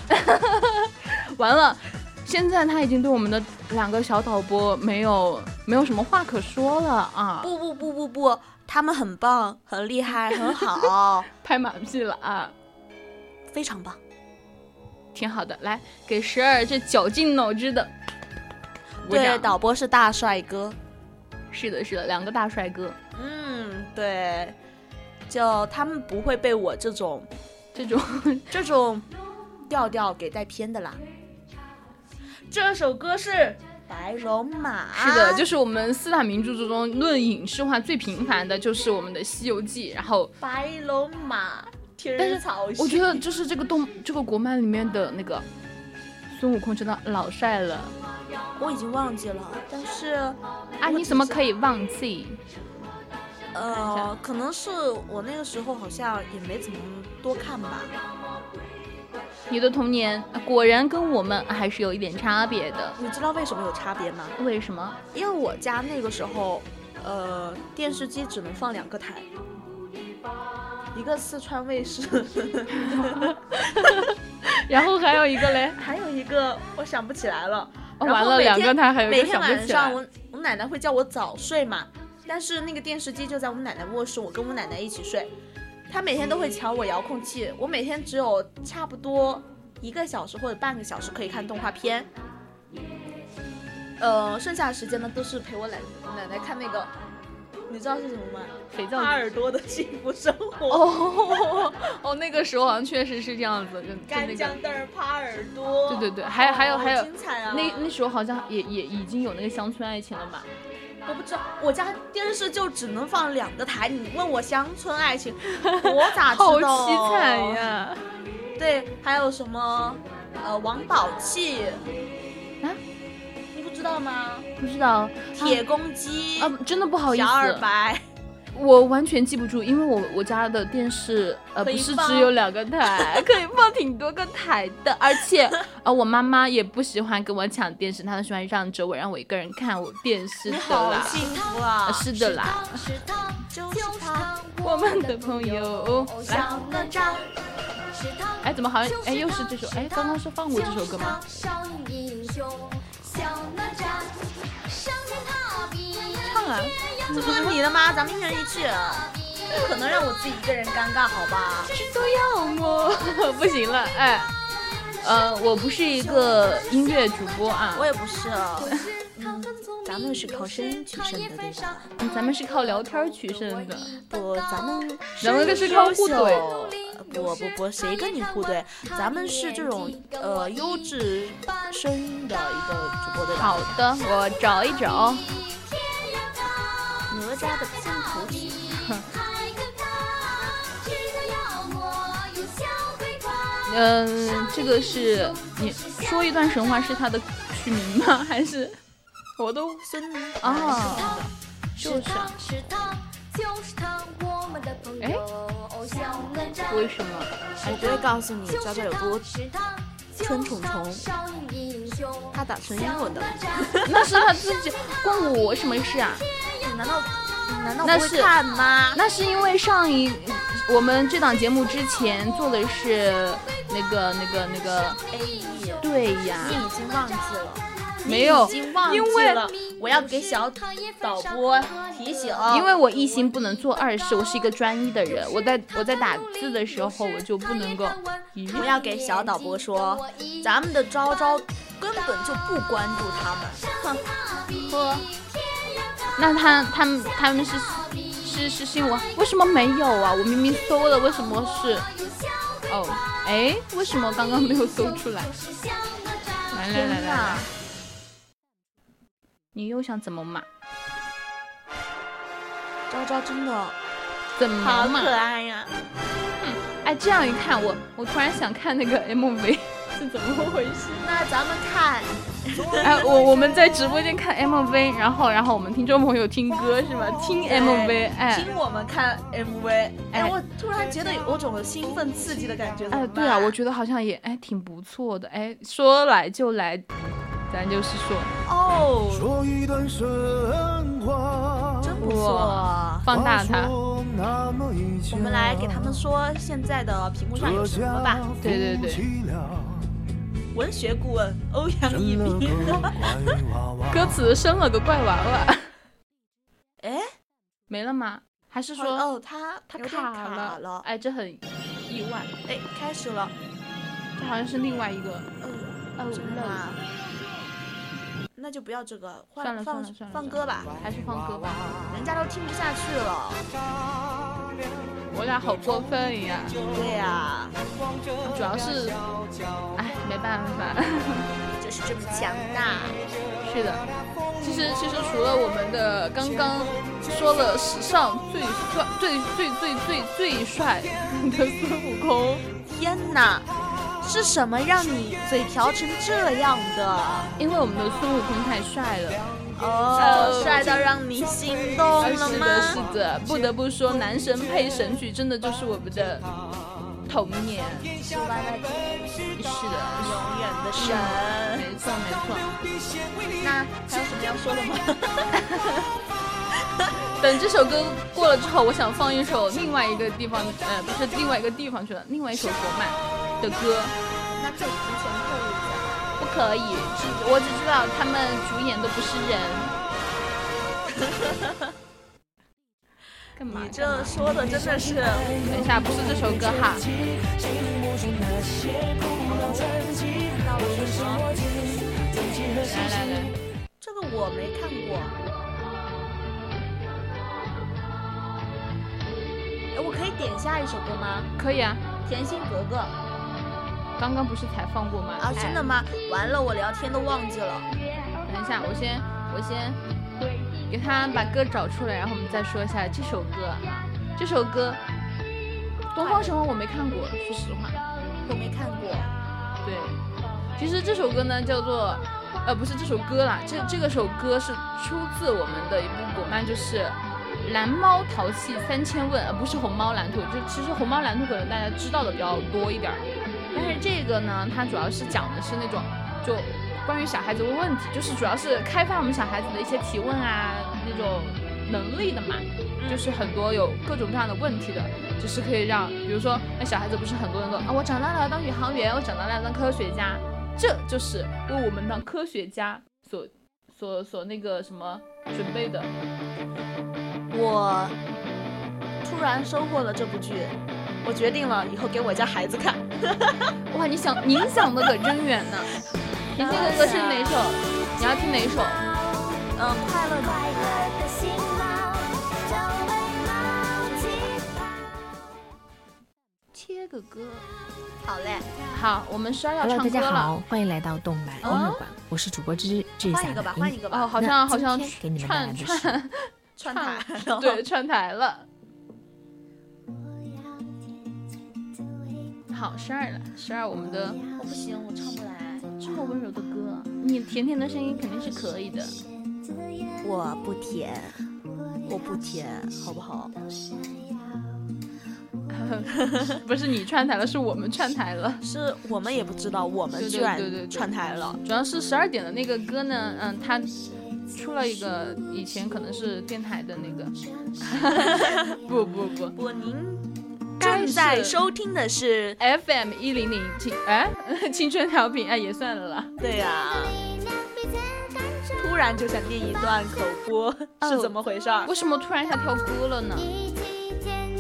Speaker 3: 完了。现在他已经对我们的两个小导播没有没有什么话可说了啊，
Speaker 4: 不不不不不，他们很棒，很厉害，很 好，
Speaker 3: 拍马屁了啊，
Speaker 4: 非常棒。
Speaker 3: 挺好的。来，给十二这绞尽脑汁的鼓
Speaker 4: 对，
Speaker 3: 掌
Speaker 4: 导播是大帅哥。
Speaker 3: 是的，是的，两个大帅哥，
Speaker 4: 嗯，对，就他们不会被我这种
Speaker 3: 这种
Speaker 4: 这种调调给带偏的啦。
Speaker 5: 这首歌是
Speaker 4: 白龙马
Speaker 3: 是的，就是是我们四大名著之中论影视化最频繁的就是我们的《西游记》，然后
Speaker 4: 白龙马，
Speaker 5: 天
Speaker 3: 但是
Speaker 5: 草
Speaker 3: 我觉得就是这个动这个国漫里面的那个孙悟空真的老帅了
Speaker 4: 我已经忘记了，但是
Speaker 3: 啊！你怎么可以忘记？
Speaker 4: 呃，可能是我那个时候好像也没怎么多看吧。
Speaker 3: 你的童年啊果然跟我们还是有一点差别的。
Speaker 4: 你知道为什么有差别吗？
Speaker 3: 为什么？
Speaker 4: 因为我家那个时候，呃，电视机只能放两个台，一个四川卫视，
Speaker 3: 然后还有一个嘞，
Speaker 4: 还有一个我想不起来了。
Speaker 3: 哦
Speaker 4: 然
Speaker 3: 完
Speaker 4: 后
Speaker 3: 了
Speaker 4: 每
Speaker 3: 两个
Speaker 4: 天
Speaker 3: 台，还有一
Speaker 4: 每
Speaker 3: 个
Speaker 4: 天
Speaker 3: 想不
Speaker 4: 晚
Speaker 3: 起
Speaker 4: 上
Speaker 3: 来。
Speaker 4: 我我奶奶会叫我早睡嘛，但是那个电视机就在我们奶奶卧室，我跟我奶奶一起睡，她每天都会抢我遥控器，我每天只有差不多一个小时或者半个小时可以看动画片，呃，剩下的时间呢都是陪我奶奶奶看那个，你知道是什么吗？
Speaker 3: 肥皂
Speaker 4: 阿尔多的幸福生活。
Speaker 3: 哦哦，那个时候好像确实是这样子，就就
Speaker 4: 干
Speaker 3: 那个
Speaker 4: 姜。蛋帕耳朵，
Speaker 3: 对对对，还有还有
Speaker 4: 哦好
Speaker 3: 还有，
Speaker 4: 精彩啊！
Speaker 3: 那那时候好像也也已经有那个乡村爱情了吧？
Speaker 4: 我不知道，我家电视就只能放两个台。你问我乡村爱 情，我咋知道？哦
Speaker 3: 好凄惨！呀！
Speaker 4: 对，还有什么呃王宝器
Speaker 3: 啊？
Speaker 4: 你不知道吗？
Speaker 3: 不知道
Speaker 4: 铁公鸡
Speaker 3: 啊，真的不好意
Speaker 4: 小耳
Speaker 3: 思，
Speaker 4: 白，
Speaker 3: 我完全记不住，因为我我家的电视呃
Speaker 4: 可
Speaker 3: 不
Speaker 4: 以
Speaker 3: 是
Speaker 4: 放
Speaker 3: 只有两个 台，可以放挺多个台的，而且 呃我妈妈也不喜欢跟我抢电视，她喜欢让着我，让我一个人看我电视
Speaker 4: 你
Speaker 3: 的
Speaker 4: 好
Speaker 3: 啦。呃
Speaker 4: 幸福啊！
Speaker 3: 是的啦，
Speaker 6: 是他，就是他，
Speaker 3: 我们的朋友
Speaker 6: 偶
Speaker 3: 来。
Speaker 6: 像乐章，是他。
Speaker 3: 哎，怎么好像哎
Speaker 2: 哦
Speaker 3: 又是这首？哎，刚刚是放过这首歌吗？？
Speaker 6: 少年英雄，小哪吒，上天踏冰，
Speaker 3: 唱啊！
Speaker 4: 这不是你的吗？咱们一人一句，不可能让我自己一个人尴尬，好吧？
Speaker 3: 都要我， 不行了，哎，呃，我不是一个音乐主播啊
Speaker 4: 我，也不是，
Speaker 6: 他很聪明，
Speaker 4: 咱们是靠声音取胜的，对吧？
Speaker 3: 嗯咱们是靠聊天取胜的，
Speaker 4: 不，咱 们
Speaker 3: 咱们这是靠互怼
Speaker 4: 呃不不不，谁跟你互怼？咱们是这种呃优质声音的一个主播对吧？
Speaker 3: 好的，我找一找，
Speaker 4: 哪吒的拼图曲，
Speaker 6: 海跟他，只要妖魔有小鬼怪。
Speaker 3: 嗯、这个是你说一段神话是他的曲名吗？ 还是我都
Speaker 4: 孙宁啊
Speaker 3: 哦，
Speaker 6: 就是他，是他，就是他，我们的朋友，偶像哪吒。
Speaker 3: 为什么？
Speaker 4: 我不会告诉你娇娇有多，
Speaker 6: 是他，
Speaker 4: 春虫虫
Speaker 6: 少女英雄，
Speaker 4: 他打成英文的，
Speaker 3: 那是他自己，关我什么事啊？
Speaker 4: 你难道你难道
Speaker 3: 那
Speaker 4: 不会
Speaker 3: 是
Speaker 4: 看吗？
Speaker 3: 那是因为上一我们这档节目之前做的是那个那个那个，
Speaker 4: 哎，你
Speaker 3: 对呀，
Speaker 4: 已经忘记了，
Speaker 3: 没有
Speaker 4: 已，经忘记
Speaker 3: 哦因为
Speaker 4: 了。我要给小导播提醒，
Speaker 3: 因为我一心不能做二事，我是一个专一的人。我在我在打字的时候，我就不能够。咦，
Speaker 4: 我要给小导播说，咱们的招招根本就不关注他们。哼，
Speaker 3: 喝？那他他们他们是是是是因为我为什么没有啊？我明明搜了，为什么是？哦，哎，为什么刚刚没有搜出来？来来来来来，你又想怎么码？
Speaker 4: 招招真的
Speaker 3: 怎么码？
Speaker 4: 爱呀！
Speaker 3: 哎，这样一看，我我突然想看那个 MV 是怎么回事。
Speaker 4: 那咱们看，
Speaker 3: 哎， 我我们在直播间看 MV，然后然后我们听众朋友听歌是吧？听 MV，哎
Speaker 4: 听我们看 MV，
Speaker 3: 哎
Speaker 4: 哎，我突然觉得有种兴奋刺激的感觉。
Speaker 3: 哎，对啊，我觉得好像也哎挺不错的，哎，说来就来，咱就是说
Speaker 4: 得哦，
Speaker 7: 说一段神话，
Speaker 4: 真不错
Speaker 3: 哇。放大它，
Speaker 4: 我们来给他们说现在的屏幕上有什么吧。
Speaker 3: 对对对
Speaker 4: 文学顾问欧阳一斌，
Speaker 3: 歌词生了个怪娃娃，
Speaker 4: 哎，
Speaker 3: 没了吗？还是嗯说
Speaker 4: 哦，他
Speaker 3: 它
Speaker 4: 有点卡
Speaker 3: 了？
Speaker 4: 了，
Speaker 3: 哎，这很意外，
Speaker 4: 哎，开始了，
Speaker 3: 这好像是另外一个
Speaker 4: 嗯。
Speaker 3: 哦
Speaker 4: 真的吗？那就不要这个，换
Speaker 3: 算了
Speaker 4: 放
Speaker 3: 算了算了
Speaker 4: 放歌吧，
Speaker 3: 还是放歌吧，
Speaker 4: 人家都听不下去了。
Speaker 3: 我俩好过分呀！
Speaker 4: 对啊呀、
Speaker 3: 主要是，哎，没办法。
Speaker 4: 就是这么强大。
Speaker 3: 是的，其实其实除了我们的刚刚说了史上最帅、最最最最最帅的孙悟空，
Speaker 4: 天哪，是什么让你嘴瓢成这样的？
Speaker 3: 因为我们的孙悟空太帅了，
Speaker 4: 哦，帅到让你心动了
Speaker 3: 是的，
Speaker 4: 吗？
Speaker 3: 是的，不得不说，男神配神曲真的就是我们的童年，
Speaker 4: 是歪歪的
Speaker 3: 是的，
Speaker 4: 永远的神。
Speaker 3: 没错没错。
Speaker 4: 那还有什么要说的吗？
Speaker 3: 等这首歌过了之后，我想放一首另外一个地方，呃，不是另外一个地方去了，另外一首国漫的歌，
Speaker 4: 那可以提前透露一下。
Speaker 3: 不可以，只我只知道他们主演都不是人。 干嘛
Speaker 4: 你？ 这说的真的是，
Speaker 3: 等一下，不是这首歌哈。
Speaker 4: 哦那我说什么？
Speaker 3: 来来来，
Speaker 4: 这个我没看过。哎我可以点下一首歌吗？
Speaker 3: 可以啊，
Speaker 4: 甜心格格啊，
Speaker 3: 刚刚不是才放过吗？
Speaker 4: 哦真的吗？完了，我聊天都忘记了。
Speaker 3: 哎。等一下，我先我先给他把歌找出来，然后我们再说一下这首歌。这首歌《东方神话》我没看过，说实话。
Speaker 4: 我没看过。
Speaker 3: 对，其实这首歌呢叫做，呃，不是这首歌啦，这这个首歌是出自我们的一部国漫，就是《蓝猫淘气三千问》，呃，不是《红猫蓝兔》，就其实《红猫蓝兔》可能大家知道的比较多一点儿，但是这个呢，它主要是讲的是那种就关于小孩子问问题，就是主要是开发我们小孩子的一些提问啊那种能力的嘛。就是很多有各种各样的问题的，就是可以让，比如说那小孩子不是很多人都啊，我长大了要当宇航员，我长大了要当科学家，这就是为我们当科学家所所所那个什么准备的。
Speaker 4: 我突然收获了这部剧，我决定了以后给我家孩子看。
Speaker 3: 哇，你想您想的可真远呢、啊你这个歌是哪首？你要听哪首？
Speaker 4: 嗯，快乐的。
Speaker 3: 切个歌。
Speaker 4: 好嘞，
Speaker 3: 好，我们摔要
Speaker 8: Hello，
Speaker 3: 唱
Speaker 8: 大
Speaker 3: 歌
Speaker 8: 家
Speaker 3: 了。
Speaker 8: 好，欢迎来到动漫
Speaker 3: 哦
Speaker 8: 音乐馆，我是主播芝芝志
Speaker 4: 换
Speaker 8: 霞
Speaker 4: 一个吧
Speaker 8: 的，
Speaker 4: 换一
Speaker 8: 音。
Speaker 4: 个吧。
Speaker 3: 哦，好像
Speaker 8: 那
Speaker 3: 好像
Speaker 8: 今天给你们带来
Speaker 3: 串
Speaker 8: 的是
Speaker 3: 串
Speaker 4: 串台，
Speaker 3: 对串台了。好，十二了，十二，我们的。
Speaker 4: 我不行，我唱不来。
Speaker 3: 这么温柔的歌，你甜甜的声音肯定是可 以的。
Speaker 4: 我不甜，我不甜，好不好？
Speaker 3: 不是你串台了，是我们串台了。
Speaker 4: 是我们也不知道，我们
Speaker 3: 对对
Speaker 4: 居然
Speaker 3: 对对对
Speaker 4: 串台了。
Speaker 3: 主要是十二点的那个歌呢，嗯，它出了一个以前可能是电台的那个， 不不不
Speaker 4: 我您
Speaker 3: 该
Speaker 4: 正在
Speaker 3: 是
Speaker 4: 收听的是，
Speaker 3: ，FM 一零零青哎 青春调频哎也算了啦。
Speaker 4: 对呀、突然就想念一段口播，是怎么回事儿？
Speaker 3: 为什么突然一下跳歌了呢？
Speaker 8: 嗯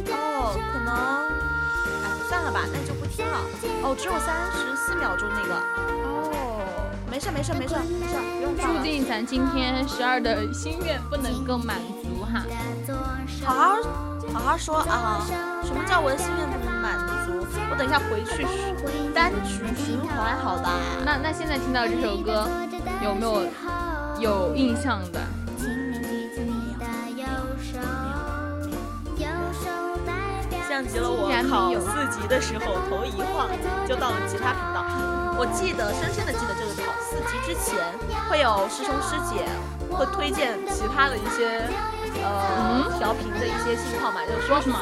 Speaker 4: 哦，可能，哎，算了吧，那就不听了。哦，只有三十四秒钟那个，
Speaker 3: 哦，
Speaker 4: 没事没事没事没事，不用放
Speaker 3: 注
Speaker 4: 了。
Speaker 3: 定咱今天十二的心愿不能够满足哈。
Speaker 4: 好好好好说啊，什么叫我的心愿不能满足？我等一下回去循单曲循环，好吧？
Speaker 3: 那那现在听到这首歌有没有有印象的？
Speaker 4: 像极了我考四级的时候，头一晃就到了其他频道。我记得深深的记得，就是考四级之前会有师兄师姐会推荐其他的一些呃调频的一些信号嘛，就是说
Speaker 3: 嗯为什么？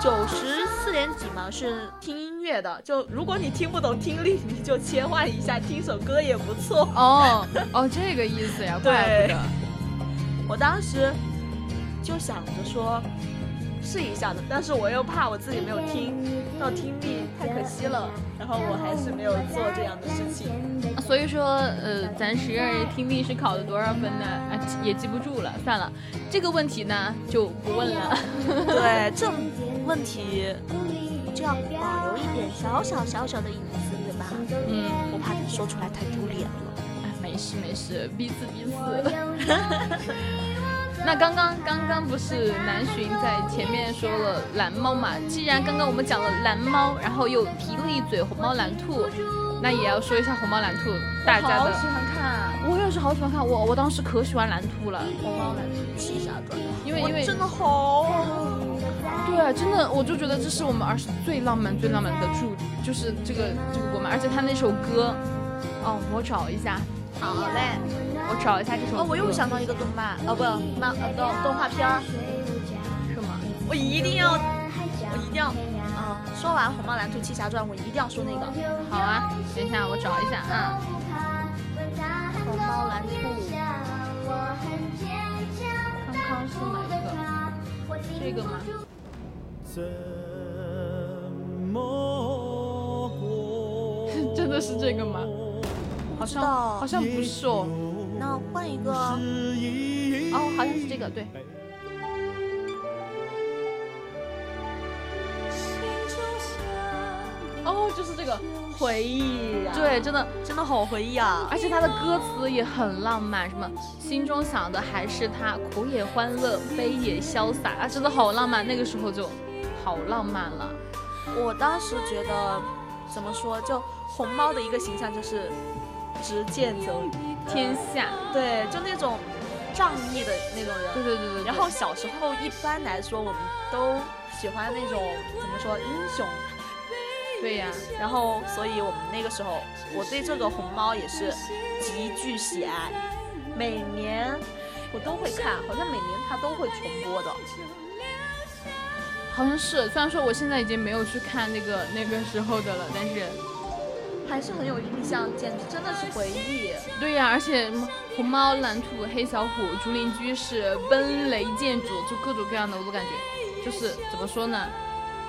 Speaker 4: 九十四点几嘛是听音乐的，就如果你听不懂听力，你就切换一下，听首歌也不错。
Speaker 3: 哦哦，这个意思呀，
Speaker 4: 对
Speaker 3: 怪不得。
Speaker 4: 我当时就想着说试一下的，但是我又怕我自己没有听到听力太可惜了，然后我还是没有做这样的事 情。
Speaker 3: 所以说，呃，咱十二听力是考了多少分呢？啊，也记不住了，算了，这个问题呢就不问了。
Speaker 4: 对，这种问题就要保留一点小小小小的隐私，对吧？
Speaker 3: 嗯，
Speaker 4: 我怕你说出来太丢脸了。
Speaker 3: 哎没事没事，彼此彼此。 那刚刚刚刚不是南巡在前面说了蓝猫嘛？既然刚刚我们讲了蓝猫，然后又提了一嘴红猫蓝兔，那也要说一下红猫蓝兔大家
Speaker 4: 好
Speaker 3: 的。
Speaker 4: 喜欢看
Speaker 3: 我也是好喜欢看，我我当时可喜欢蓝兔了，
Speaker 4: 《红毛男》，试一下转，
Speaker 3: 因为因为
Speaker 4: 真的好。
Speaker 3: 对对，真的，我就觉得这是我们儿时最浪漫、最浪漫的祝，就是这个这个过门，而且他那首歌，哦，我找一下，
Speaker 4: 好嘞。
Speaker 3: 我找一下这首歌。
Speaker 4: 哦，我又想到一个动漫，哦不，漫呃动动画片儿，
Speaker 3: 什么？
Speaker 4: 我一定要，我一定要，啊、说完《虹猫蓝兔七侠传》，我一定要说那个《
Speaker 3: 好啊，等一下，我找一下啊。
Speaker 4: 虹猫蓝兔》。
Speaker 3: 康康是哪一个？这个吗？
Speaker 7: 怎么过
Speaker 3: 真的是这个吗？好像好像不是哦，
Speaker 4: 那换一个，
Speaker 3: 哦，好像是这个，对。哦，就是这个，
Speaker 4: 回忆、啊，
Speaker 3: 对，真的，
Speaker 4: 真的好回忆啊！
Speaker 3: 而且它的歌词也很浪漫，什么心中想的还是他，苦也欢乐，悲也潇洒啊，真的好浪漫。那个时候就好浪漫了，
Speaker 4: 我当时觉得，怎么说，就红猫的一个形象就是执剑走，
Speaker 3: 天下。
Speaker 4: 对，就那种仗义的那种人
Speaker 3: 对。对对对对。
Speaker 4: 然后小时候一般来说我们都喜欢那种怎么说英雄，
Speaker 3: 对呀、
Speaker 4: 然后所以我们那个时候我对这个红猫也是极具喜爱，每年我都会看，好像每年它都会重播的。
Speaker 3: 好像是。虽然说我现在已经没有去看那个那个时候的了，但是
Speaker 4: 还是很有印象，简直真的是回忆。啊
Speaker 3: 对呀、而且什么红猫、蓝兔、黑小虎、竹林居士、奔雷建筑，就各种各样的，我都感觉就是怎么说呢，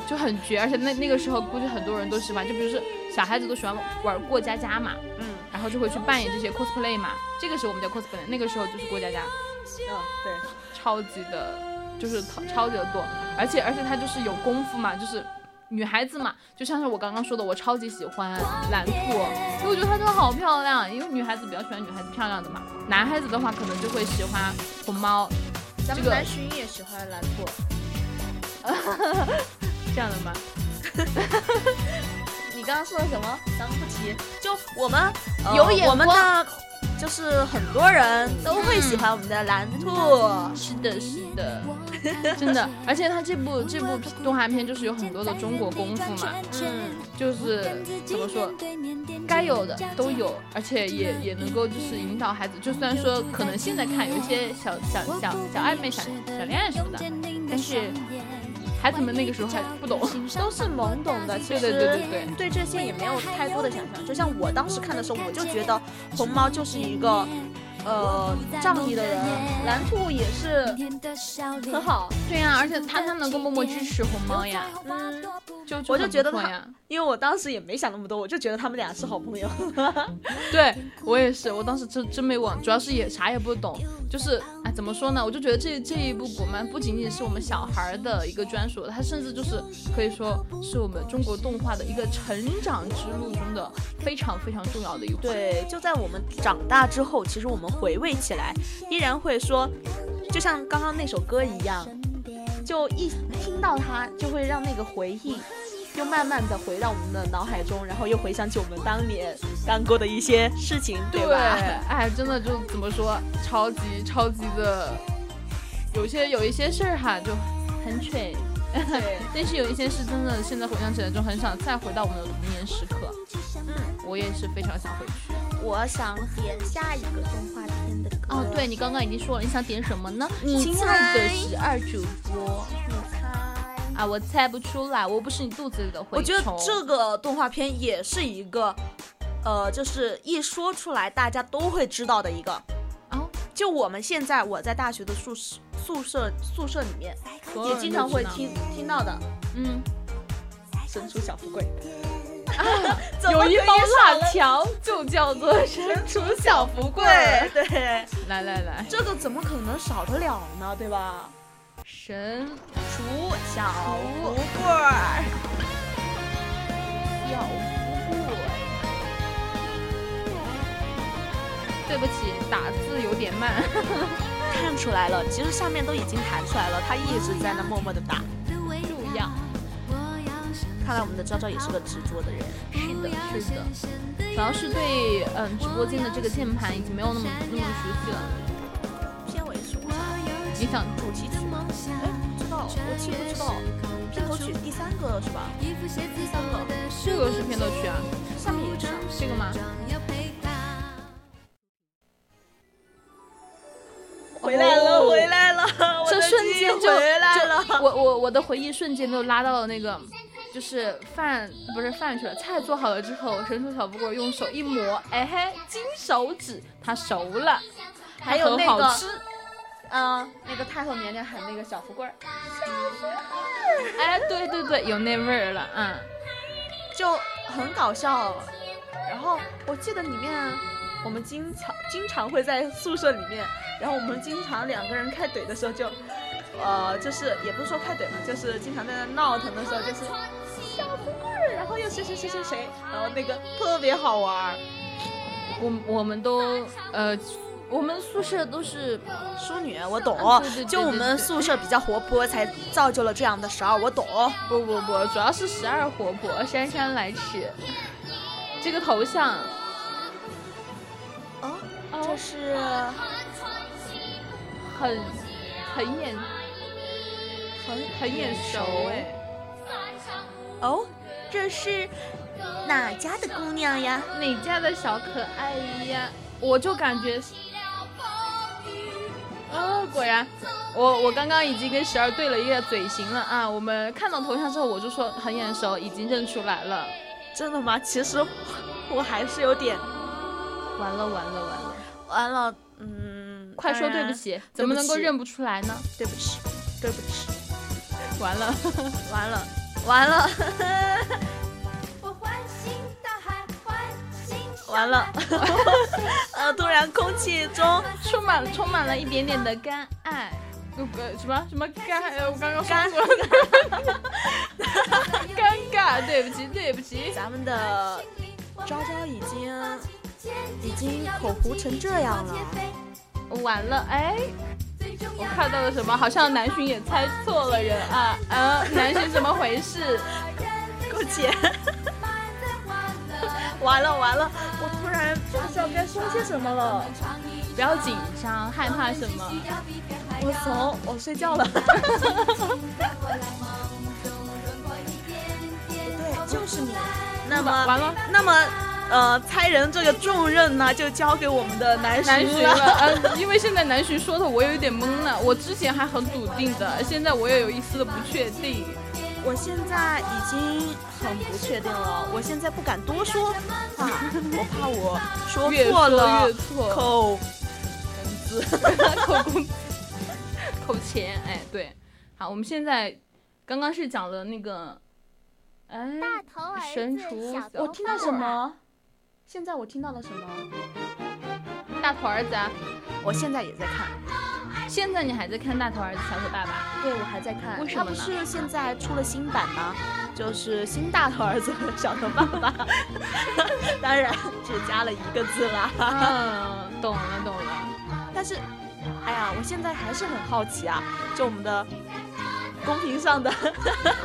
Speaker 3: 就很绝。而且那那个时候估计很多人都喜欢，就比如说小孩子都喜欢玩过家家嘛，
Speaker 4: 嗯
Speaker 3: 然后就会去扮演这些 cosplay 嘛。这个时候我们叫 cosplay，那个时候就是过家家，
Speaker 4: 嗯，对，
Speaker 3: 超级的，就是超超级的多。而且而且它就是有功夫嘛，就是。女孩子嘛，就像是我刚刚说的，我超级喜欢蓝兔，因为我觉得她真的好漂亮。因为女孩子比较喜欢女孩子漂亮的嘛，男孩子的话可能就会喜欢红猫
Speaker 4: 咱
Speaker 3: 这
Speaker 4: 们
Speaker 3: 个
Speaker 4: 南浔也喜欢蓝兔，
Speaker 3: 这样的吗？
Speaker 4: 你刚刚说的什么？咱们不提。就我们、呃
Speaker 3: 有眼光
Speaker 4: 我们的就是很多人都会喜欢我们的蓝兔。
Speaker 3: 嗯是的，是的，真的。而且它这部这部动画片就是有很多的中国功夫嘛，
Speaker 2: 嗯，
Speaker 3: 就是怎么说，该有的都有，而且也也能够就是引导孩子。就虽然说可能现在看有一些小小小小暧昧、小小恋爱什么的，但是孩子们那个时候还不懂。
Speaker 4: 都是懵懂的，其
Speaker 3: 对对
Speaker 4: 实
Speaker 3: 对对对
Speaker 4: 对这些也没有太多的想象。就像我当时看的时候，我就觉得红猫就是一个呃仗义的人，蓝兔也是很好，
Speaker 3: 对呀、而且他他能够默默支持红猫呀，
Speaker 4: 嗯，
Speaker 3: 就就
Speaker 4: 我就
Speaker 3: 很
Speaker 4: 觉得
Speaker 3: 不错
Speaker 4: 他
Speaker 3: 呀，
Speaker 4: 因为我当时也没想那么多，我就觉得他们俩是好朋友。
Speaker 3: 对我也是，我当时真真没往，主要是也啥也不懂，就是哎怎么说呢？我就觉得这这一部国漫不仅仅是我们小孩儿的一个专属，它甚至就是可以说是我们中国动画的一个成长之路中的非常非常重要的一环。，
Speaker 4: 对，就在我们长大之后，其实我们回味起来，依然会说，就像刚刚那首歌一样，就一听到它，就会让那个回忆。又慢慢的回到我们的脑海中，然后又回想起我们当年干过的一些事情，对
Speaker 3: 对，
Speaker 4: 吧？
Speaker 3: 哎，真的就怎么说，超级超级的，有些有一些事儿哈就很蠢，
Speaker 4: 对，
Speaker 3: 但是有一些事真的现在回想起来就很想再回到我们的童年时刻。
Speaker 4: 嗯，
Speaker 3: 我也是非常想回去。
Speaker 4: 我想点下一个动画片的歌。
Speaker 3: 哦，对，你刚刚已经说了，你想点什么呢？
Speaker 4: 你
Speaker 3: 亲爱的
Speaker 4: 猜
Speaker 3: 十二主播
Speaker 4: 你猜？
Speaker 3: 啊，我猜不出来，我不是你肚子里的蛔虫。
Speaker 4: 我觉得这个动画片也是一个，呃，就是一说出来大家都会知道的一个。
Speaker 3: 哦，
Speaker 4: 就我们现在我在大学的宿舍宿舍宿舍里面
Speaker 3: 所有
Speaker 4: 也
Speaker 3: 人
Speaker 4: 经
Speaker 3: 都
Speaker 4: 常会
Speaker 3: 知道，
Speaker 4: 听听到的
Speaker 3: 嗯，，
Speaker 4: 《神厨小富贵》啊
Speaker 3: 有一包辣条就叫做 神厨小福贵。
Speaker 4: 对对，
Speaker 3: 来来来，
Speaker 4: 这个怎么可能少得了呢？对吧？
Speaker 3: 神
Speaker 4: 厨小富贵儿，
Speaker 3: 小福贵。对不起，打字有点慢。
Speaker 4: 看出来了，其实上面都已经弹出来了，他一直在那默默的打。
Speaker 3: 入样，
Speaker 4: 看来我们的昭昭也是个执着的人。
Speaker 3: 是的，是的，主要是对嗯直播间的这个键盘已经没有那么那么熟悉了。
Speaker 4: 片尾说
Speaker 3: 你想
Speaker 4: 主题曲，哎，这个道，我其实不知道。片头曲第三个是吧？第三个
Speaker 3: 这个是片头曲啊，
Speaker 4: 下面也是啊。
Speaker 3: 这个吗？
Speaker 4: 回来了，回来了，我
Speaker 3: 哦这
Speaker 4: 的
Speaker 3: 瞬间
Speaker 4: 鸡
Speaker 3: 就
Speaker 4: 回来
Speaker 3: 就
Speaker 4: 了。
Speaker 3: 我我我的回忆瞬间都拉到了那个，就是饭不是饭去了，菜做好了之后，神厨小不过用手一磨，哎嘿，金手指，它熟了，
Speaker 4: 还有
Speaker 3: 很
Speaker 4: 那
Speaker 3: 好
Speaker 4: 个
Speaker 3: 吃，
Speaker 4: 嗯，那个太后娘娘喊那个小富贵儿，
Speaker 3: 哎，对对对，有那味儿了，嗯，
Speaker 4: 就很搞笑。然后我记得里面，我们经常经常会在宿舍里面，然后我们经常两个人开怼的时候就，呃，就是也不是说开怼嘛，就是经常在那闹腾的时候就是小富贵儿，然后又谁谁谁谁谁，然后那个特别好玩儿。
Speaker 3: 我我们都呃，我们宿舍都是
Speaker 4: 淑女，我懂
Speaker 3: 啊对对对
Speaker 4: 就我
Speaker 3: 对对
Speaker 4: 们宿舍比较活泼，才造就了这样的十二，我懂。
Speaker 3: 不不不，主要是十二活泼，姗姗来迟，这个头像，
Speaker 4: 哦，这是
Speaker 3: 很很眼
Speaker 4: 很
Speaker 3: 很眼熟哎。
Speaker 4: 哦，这是哪家的姑娘呀？
Speaker 3: 哪家的小可爱呀？我就感觉是，哦，果然，我我刚刚已经跟十二对了一个嘴型了啊！我们看到头像之后，我就说很眼熟，已经认出来了。
Speaker 4: 真的吗？其实我还是有点
Speaker 3: 完了完了完了！
Speaker 4: 完了，嗯，
Speaker 3: 快说
Speaker 4: 当
Speaker 3: 对
Speaker 4: 然
Speaker 3: 不，起，怎么能够
Speaker 4: 对不起
Speaker 3: 认不出来呢？
Speaker 4: 对不起，对不起，
Speaker 3: 完了，
Speaker 4: 完了，完了， 完了， 呃，突然空气中
Speaker 3: 充满充满了一点点的干爱。呃，什么什么干？呃我刚刚说过了。 尴尬，对不起，对不起。
Speaker 4: 咱们的呃昭昭已经已经口糊成这样了，
Speaker 3: 完了，哎，我看到了什么？好像南巡也猜错了人啊，呃，南巡怎么回 事？
Speaker 4: 够姐，完了完了，我突然不知道该说些什么了，
Speaker 3: 不要紧张，害怕什 么？
Speaker 4: 我怂，我睡觉了。对，就是你。那么
Speaker 3: 完 了，
Speaker 4: 那么，呃，猜人这个重任呢，就交给我们的男
Speaker 3: 南
Speaker 4: 神
Speaker 3: 巡了，呃，因为现在南巡说的我有点懵了，我之前还很笃定的，现在我也有一丝的不确 定。
Speaker 4: 我现在已经很不确定了，我现在不敢多说话，我怕我说
Speaker 3: 越
Speaker 4: 错了
Speaker 3: 越错，
Speaker 4: 口。
Speaker 3: 口工，口钱，哎，对，好，我们现在刚刚是讲了那个，哎，神厨小
Speaker 4: 我听到什么？现在我听到了什么？
Speaker 3: 大头儿子啊，
Speaker 4: 我现在也在看，
Speaker 3: 现在你还在看大头儿子小狗爸爸？
Speaker 4: 对我还在看。
Speaker 3: 为什
Speaker 4: 他
Speaker 3: 么
Speaker 4: 不
Speaker 3: 呢
Speaker 4: 是现在出了新版吗？就是新大头儿子和小头爸爸， 当然只加了一个字啦。
Speaker 3: 嗯，懂了懂了，
Speaker 4: 啊但是，哎呀，我现在还是很好奇啊，就我们的公屏上的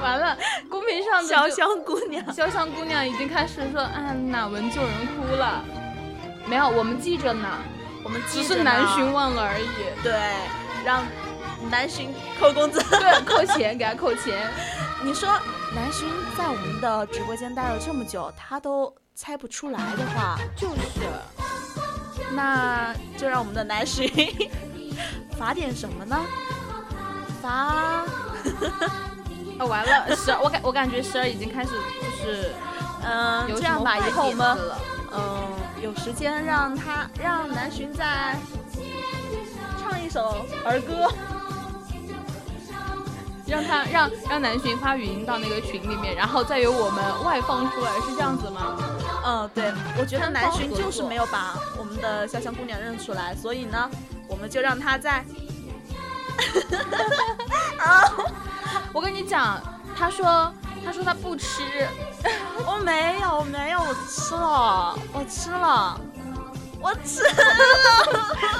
Speaker 3: 完了，公屏上的
Speaker 4: 潇
Speaker 3: 就
Speaker 4: 湘姑娘，
Speaker 3: 潇湘姑娘已经开始说啊哪闻旧人哭了，没有，我们记着呢，
Speaker 4: 我们
Speaker 3: 只
Speaker 4: 记
Speaker 3: 是
Speaker 4: 着
Speaker 3: 南
Speaker 4: 呢
Speaker 3: 巡忘了而已。
Speaker 4: 对，让南巡扣工资。
Speaker 3: 对，扣钱给他扣钱，
Speaker 4: 你说南巡在我们的直播间待了这么久，他都猜不出来的话，
Speaker 3: 就是
Speaker 4: 那就让我们的南巡罚点什么呢？罚，
Speaker 3: 啊完了，十二我感我感觉十二已经开始就是
Speaker 4: 嗯，
Speaker 3: 有什么
Speaker 4: 这样吧，
Speaker 3: 坏
Speaker 4: 以后我
Speaker 3: 点
Speaker 4: 们
Speaker 3: 子了呃
Speaker 4: 嗯有时间让他让南巡再唱一首儿歌。
Speaker 3: 让他让让南巡发语音到那个群里面，然后再由我们外放出来，是这样子吗？
Speaker 4: 嗯，对，我觉得
Speaker 3: 官方
Speaker 4: 南巡
Speaker 3: 合
Speaker 4: 就是
Speaker 3: 作
Speaker 4: 没有把我们的潇湘姑娘认出来，所以呢，我们就让她在
Speaker 3: 我跟你讲，他说他说他不吃，
Speaker 4: 我没有，我没有，我吃了，我吃了，我吃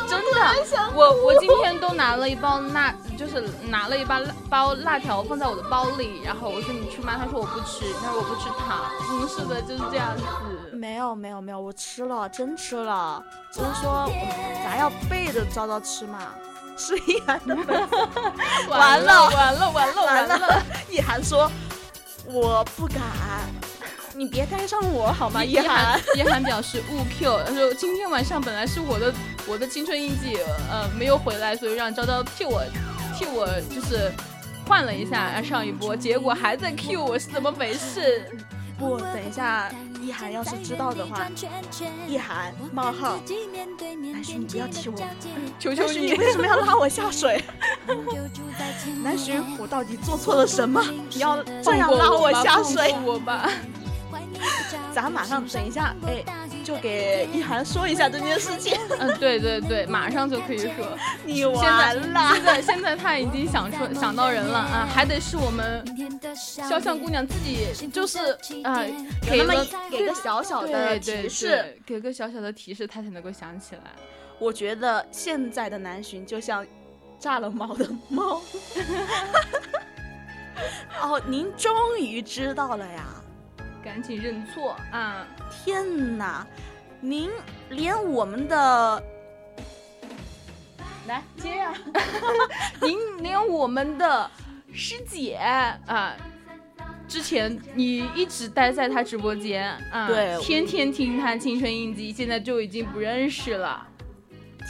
Speaker 3: 真的，我我今天都拿了一包辣，就是拿了一包辣包辣条放在我的包里，然后我说你吃吗？他说我不吃，他说我不吃糖。嗯，是的，就是这样子。
Speaker 4: 没有没有没有，我吃了，真吃了，只是说咱要背着昭昭吃嘛，是易涵
Speaker 3: 嗯
Speaker 4: 的粉丝。
Speaker 9: 完了完了完了完
Speaker 4: 完
Speaker 9: 了！
Speaker 4: 了，易涵说：“我不敢，你别带上我 好吗？”易
Speaker 3: 叶
Speaker 4: 涵，
Speaker 3: 涵，叶涵表示勿 Q，他说今天晚上本来是我的我的青春印记，呃，没有回来，所以让昭昭替我替我就是换了一下上一波，结果还在 Q，我是怎么回事？
Speaker 4: 不，等一下，易涵要是知道的话，易涵冒号，男巡你不要踢我，
Speaker 3: 求求
Speaker 4: 男巡
Speaker 3: 你
Speaker 4: 你！为什么要拉我下水？
Speaker 2: 南
Speaker 4: 南巡
Speaker 2: 巡，，我
Speaker 4: 我到底做错了什么？你要这
Speaker 3: 放
Speaker 4: 样
Speaker 3: 过
Speaker 4: 拉
Speaker 3: 我
Speaker 4: 我
Speaker 3: 吧
Speaker 4: 下
Speaker 3: 放
Speaker 4: 水？
Speaker 3: 过我吧！
Speaker 4: 咱马上等一下，哎，就给易涵说一下这件事情。
Speaker 3: 嗯，对对对，马上就可以说。
Speaker 4: 你
Speaker 3: 现在
Speaker 4: 完了，
Speaker 3: 现在现在他已经想出想到人了啊，还得是我们潇湘姑娘自己，就是啊、给
Speaker 4: 有那么
Speaker 3: 了
Speaker 4: 一给个小小的
Speaker 3: 对
Speaker 4: 提
Speaker 3: 对
Speaker 4: 示，
Speaker 3: 对，给个小小的提示，他才能够想起来。
Speaker 4: 我觉得现在的南巡就像炸了毛的猫。哦，您终于知道了呀！
Speaker 3: 赶紧认错啊！
Speaker 4: 天哪，您连我们的
Speaker 3: 来接呀、您 连我们的师姐啊，之前你一直待在她直播间啊，
Speaker 4: 对
Speaker 3: 天天听她青春印记，现在就已经不认识了。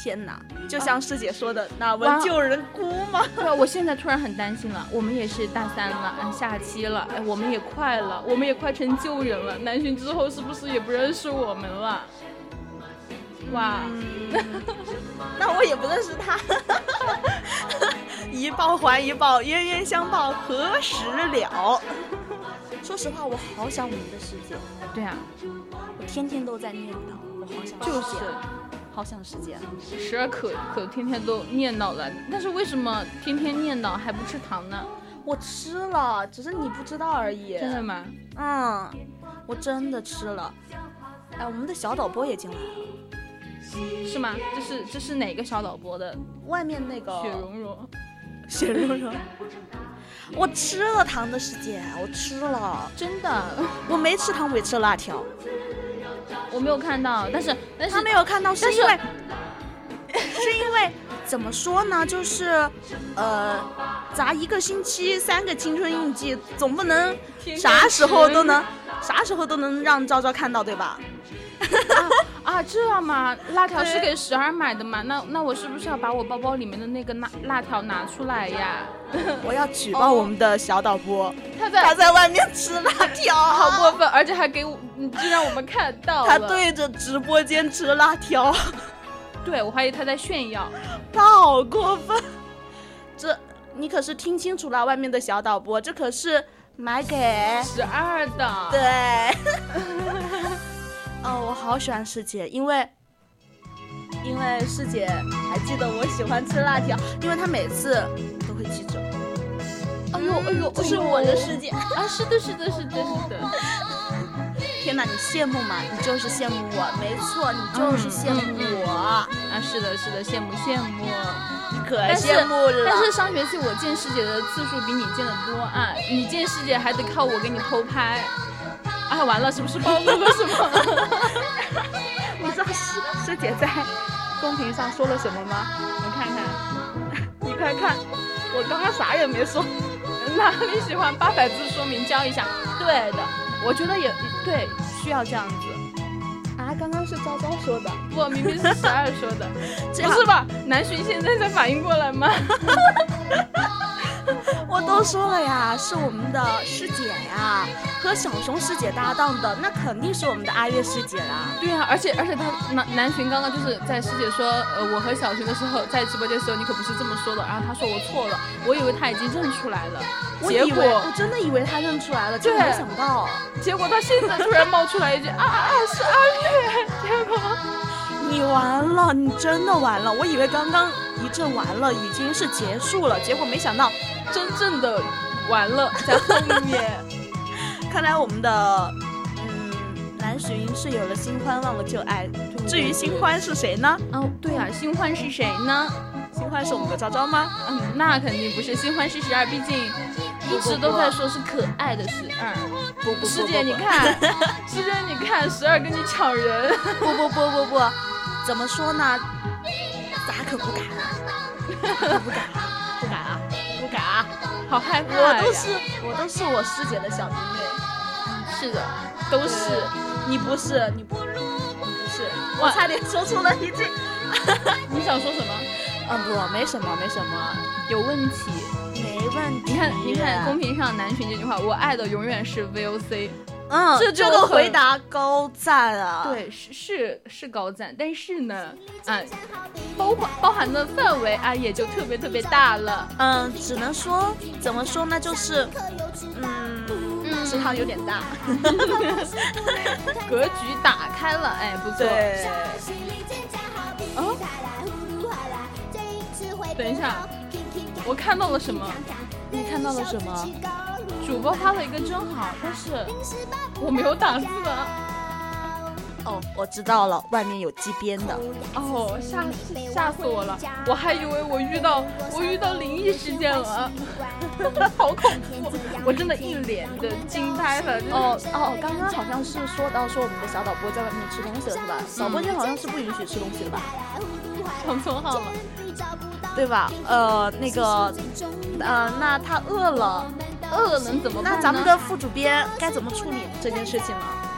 Speaker 4: 天哪，就像师姐说的“哪闻旧人哭”吗？
Speaker 3: 对啊，我现在突然很担心了，我们也是大三了，嗯下期了，哎，我们也快了，我们也快成旧人了，南巡之后是不是也不认识我们了？哇，
Speaker 4: 那我也不认识他。 一报还一报，冤冤相报何时了？说实话，我好想我们的师姐，
Speaker 3: 对啊，
Speaker 4: 我天天都在念叨，我好想
Speaker 3: 就
Speaker 4: 师姐，啊
Speaker 3: 是。
Speaker 4: 好想师姐。啊
Speaker 3: 时而可可天天都念叨了，但是为什么天天念叨还不吃糖呢？
Speaker 4: 我吃了，只是你不知道而已。
Speaker 3: 真的吗？
Speaker 4: 嗯，我真的吃了。哎，我们的小导播也进来了，
Speaker 3: 是吗？这是这是哪个小导播的？
Speaker 4: 外面那个
Speaker 3: 雪融融，
Speaker 4: 雪柔柔，我吃了糖的师姐，我吃了，
Speaker 3: 真的，
Speaker 4: 我没吃糖，我也吃了辣条。
Speaker 3: 我没有看到，但是但是
Speaker 4: 他没有看到，是
Speaker 3: 但是
Speaker 4: 因为是因为怎么说呢？就是呃，咱一个星期三个青春印记，总不能
Speaker 3: 天天
Speaker 4: 啥时候
Speaker 3: 吃
Speaker 4: 都能啥时候都能让昭昭看到，对吧？
Speaker 3: 啊，这样吗？辣条是
Speaker 4: 对
Speaker 3: 给十二买的嘛？那那我是不是要把我包包里面的那个辣辣条拿出来呀？
Speaker 4: 我要举报我们的小导播，
Speaker 3: 他在
Speaker 4: 他在外面吃辣条，
Speaker 3: 好过分，而且还给我，嗯就让我们看到
Speaker 4: 他
Speaker 3: 了
Speaker 4: 对着直播间吃辣条，
Speaker 3: 对，我怀疑他在炫耀。
Speaker 4: 他好过分。这你可是听清楚了，外面的小导播，这可是买 给
Speaker 3: 十二的，
Speaker 4: 对，哦，我好喜欢师姐，因为因为师姐还记得我喜欢吃辣条，因为她每次都会记着。
Speaker 3: 哎呦哎呦，
Speaker 4: 嗯这是
Speaker 3: 哎呦
Speaker 4: 我的师姐。
Speaker 3: 啊！是的，是的，是的，是的。
Speaker 4: 天哪，你羡慕吗？你就是羡慕我，没错，你就是羡慕我，
Speaker 3: 啊，是的，是的，羡慕羡慕。
Speaker 4: 你可
Speaker 3: 但是
Speaker 4: 羡慕了。
Speaker 3: 但是上学期我见师姐的次数比你见的多啊，你见师姐还得靠我给你偷拍。啊，完了，是不是暴露了什么？
Speaker 4: 你知道师师姐在公屏上说了什么吗？
Speaker 3: 我看看，
Speaker 4: 你快看， 我刚刚啥也没说。
Speaker 3: 哪里喜欢八百字说明教一下？对的，我觉得也对，需要这样子。
Speaker 4: 啊，刚刚是昭昭说的，
Speaker 3: 不，明明是十二说的，
Speaker 4: 这
Speaker 3: 不是吧？南巡现在才反应过来吗？
Speaker 4: 我都说了呀，是我们的师姐呀，和小熊师姐搭档的，那肯定是我们的阿月师姐啦。
Speaker 3: 对啊，而且而且他南南巡刚刚就是在师姐说，呃，我和小巡的时候，在直播间的时候，你可不是这么说的。然后他说我错了，我以为他已经认出来了，
Speaker 4: 我
Speaker 3: 结
Speaker 4: 以为
Speaker 3: 果
Speaker 4: 我真的以为她认出来了，结果
Speaker 3: 对
Speaker 4: 没想到，
Speaker 3: 结果他现在突然冒出来一句 啊啊是阿月，结果
Speaker 4: 你完了，你真的完了。我以为刚刚一阵完了，已经是结束了，结果没想到，
Speaker 3: 真正的完了在后面。
Speaker 4: 看来我们的嗯南巡是有了新欢，忘了旧爱。至于新欢是谁呢？
Speaker 3: 哦，对啊，新欢是谁呢？
Speaker 4: 新欢是我们的昭昭吗？
Speaker 3: 嗯，那肯定不是新欢是十二，毕竟一直都在说是可爱的十二。
Speaker 4: 不不
Speaker 3: 师姐你看，师姐你看，十二跟你抢人。
Speaker 4: 不不不不不，怎么说呢？咱可不敢啊，不敢啊，
Speaker 3: 不敢啊，不敢啊，好害怕呀！
Speaker 4: 我都是我都是我师姐的小迷妹，
Speaker 2: 嗯
Speaker 3: 是的，都是
Speaker 4: 你不是你不你不是，我
Speaker 3: 哇
Speaker 4: 差点说出了 一句，
Speaker 3: 你想说什么？
Speaker 2: 啊
Speaker 4: 嗯不，没什么没什么，
Speaker 2: 有问题。
Speaker 4: 没问题
Speaker 2: 你看，你看，公屏上男群这句话，我爱的永远是 VOC。
Speaker 4: 嗯，
Speaker 3: 这就
Speaker 4: 这个
Speaker 3: 很
Speaker 4: 回答高赞啊，，
Speaker 2: 对，是是是高赞，但是呢，啊，包含包含的范围啊，也就特别特别大了。
Speaker 4: 嗯，只能说怎么说呢，就是嗯，食堂有点大，
Speaker 2: 格局打开了，哎，不错。
Speaker 4: 对，
Speaker 2: 哦，等一下，我看到了什么？
Speaker 3: 你看到了什么？主播发了一个真好，但是我没有打字啊。
Speaker 4: 哦，我知道了，外面有鸡鞭的，
Speaker 3: 哦，吓
Speaker 2: 嗯
Speaker 3: 死吓死我了！我还以为我遇到我遇到灵异事件了， 好恐怖！我真的一脸的惊呆了。
Speaker 4: 哦哦，刚刚好像是说到说我们的小导播在外面吃东西了是吧？导播间好像是不允许吃东西 的吧？
Speaker 3: 抢错号了，
Speaker 4: 对吧？呃，那个，呃，那他饿了，
Speaker 3: 饿了能怎么办
Speaker 4: 那
Speaker 3: 呢？
Speaker 4: 咱们的副主编该怎么处理这件事情啊呢？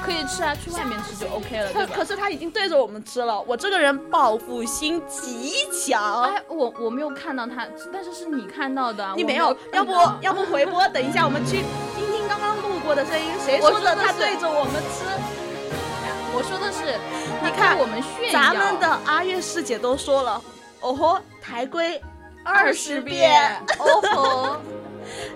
Speaker 3: 可以吃啊，去外面吃就 OK 了，对
Speaker 4: 可
Speaker 3: 吧？
Speaker 4: 可是他已经对着我们吃了，我这个人报复心极强。
Speaker 3: 哎，我我没有看到他，但是是你看到的啊，
Speaker 4: 你
Speaker 3: 我
Speaker 4: 没
Speaker 3: 没
Speaker 4: 有，
Speaker 3: 看
Speaker 4: 要不
Speaker 3: 到啊
Speaker 4: 要不回播？等一下，我们去听听刚刚路过的声音，谁
Speaker 3: 我
Speaker 4: 说
Speaker 3: 说
Speaker 4: 的
Speaker 3: 的
Speaker 4: 他
Speaker 3: 是
Speaker 4: 对着我们吃？
Speaker 3: 我说的是，
Speaker 4: 你
Speaker 3: 他
Speaker 4: 看
Speaker 3: 跟我们炫耀
Speaker 4: 咱们的阿月师姐都说了，哦吼，台规
Speaker 3: 二
Speaker 4: 20
Speaker 3: 十遍，哦吼！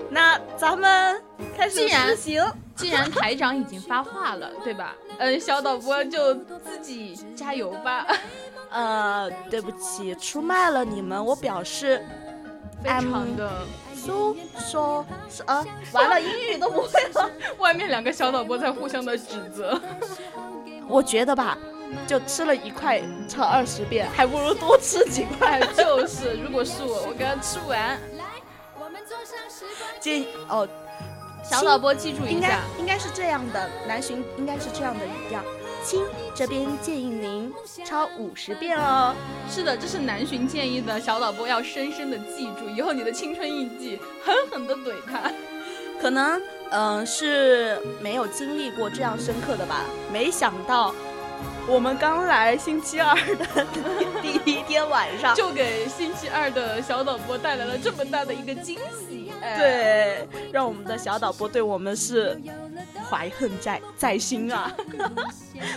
Speaker 4: 那咱们开始
Speaker 3: 既然
Speaker 4: 试行。
Speaker 3: 既然台长已经发话了，对吧？呃，小导播就自己加油吧。
Speaker 4: 呃，对不起，出卖了你们，我表示
Speaker 3: 非常的，
Speaker 4: 苏哎说是呃，完 了，
Speaker 3: 嗯
Speaker 4: 英语都不会了。
Speaker 3: 外面两个小导播在互相的指责。
Speaker 4: 我觉得吧，就吃了一块，唱二十遍，还不如多吃几
Speaker 3: 哎
Speaker 4: 块。
Speaker 3: 就是，如果是我，我刚吃完。
Speaker 4: 建议哦，
Speaker 3: 小导播记住
Speaker 4: 应
Speaker 3: 一
Speaker 4: 该
Speaker 3: 下，
Speaker 4: 应该是这样的，南巡应该是这样的语调。亲，这边建议您抄五十遍哦。
Speaker 3: 是的，这是南巡建议的，小导播要深深的记住，以后你的青春印记狠狠的怼他。
Speaker 4: 可能嗯、呃是没有经历过这样深刻的吧。没想到我们刚来星期二的第 第一天晚上，
Speaker 3: 就给星期二的小导播带来了这么大的一个惊喜。哎，
Speaker 4: 对，让我们的小导播对我们是怀恨在在心啊！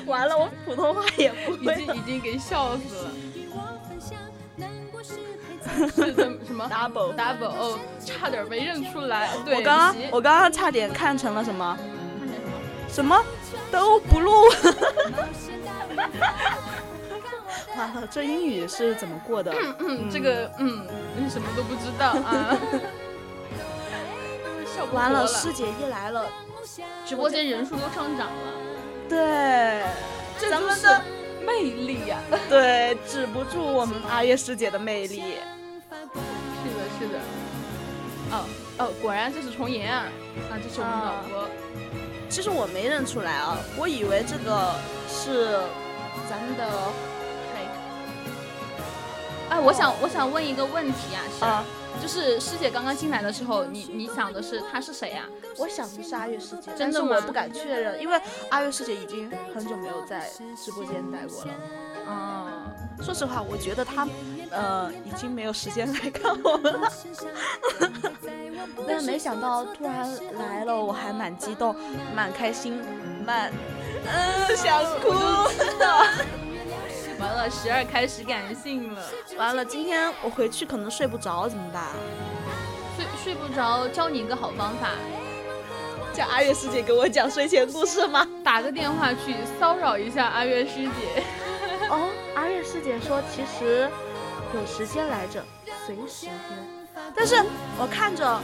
Speaker 4: 完了，我普通话也不
Speaker 3: 已
Speaker 4: 会
Speaker 3: 经已经给笑死了。是怎么什么
Speaker 4: double。
Speaker 3: double 哦，差点没认出来。对，
Speaker 4: 我刚刚
Speaker 3: 以及
Speaker 4: 我刚刚差点看成了什么
Speaker 3: 看见什么？
Speaker 4: 什么都不录。 完了，这英语是怎么过的？
Speaker 3: 嗯，这个嗯，嗯什么都不知道 啊。笑不活
Speaker 4: 完了，
Speaker 3: 了，
Speaker 4: 师姐一来了，
Speaker 3: 直播间人数都上涨了，
Speaker 4: 对，
Speaker 3: 这
Speaker 4: 咱
Speaker 3: 就
Speaker 4: 们
Speaker 3: 是
Speaker 4: 的
Speaker 3: 魅力啊呀、
Speaker 4: 对止不住我们阿月师姐的魅力。
Speaker 3: 是的，是的。哦哦，果然这是重岩啊！啊，这是我们导播。
Speaker 4: 其实我没认出来啊，我以为这个是咱们的
Speaker 3: 哎、我想我想问一个问题啊，是
Speaker 4: 啊，
Speaker 3: 就是师姐刚刚进来的时候，你你想的是她是谁啊呀、
Speaker 4: 我想的是阿月师姐，
Speaker 3: 真
Speaker 4: 但是
Speaker 3: 的
Speaker 4: 我
Speaker 3: 吗
Speaker 4: 不敢确认，因为阿月师姐已经很久没有在直播间待过了。
Speaker 3: 啊？哦，
Speaker 4: 说实话，我觉得她呃已经没有时间来看我们了。但是没想到突然来了，我还蛮激动，蛮开心，蛮嗯想哭。
Speaker 3: 完了，十二开始感性了，
Speaker 4: 完了，今天我回去可能睡不着，怎么办？啊
Speaker 3: 睡睡不着，教你一个好方法，
Speaker 4: 叫阿月师姐给我讲睡前故事吗？
Speaker 3: 打个电话去骚扰一下阿月师姐。
Speaker 4: 哦，阿月师姐说其实有时间来着，随时约。但是我看着，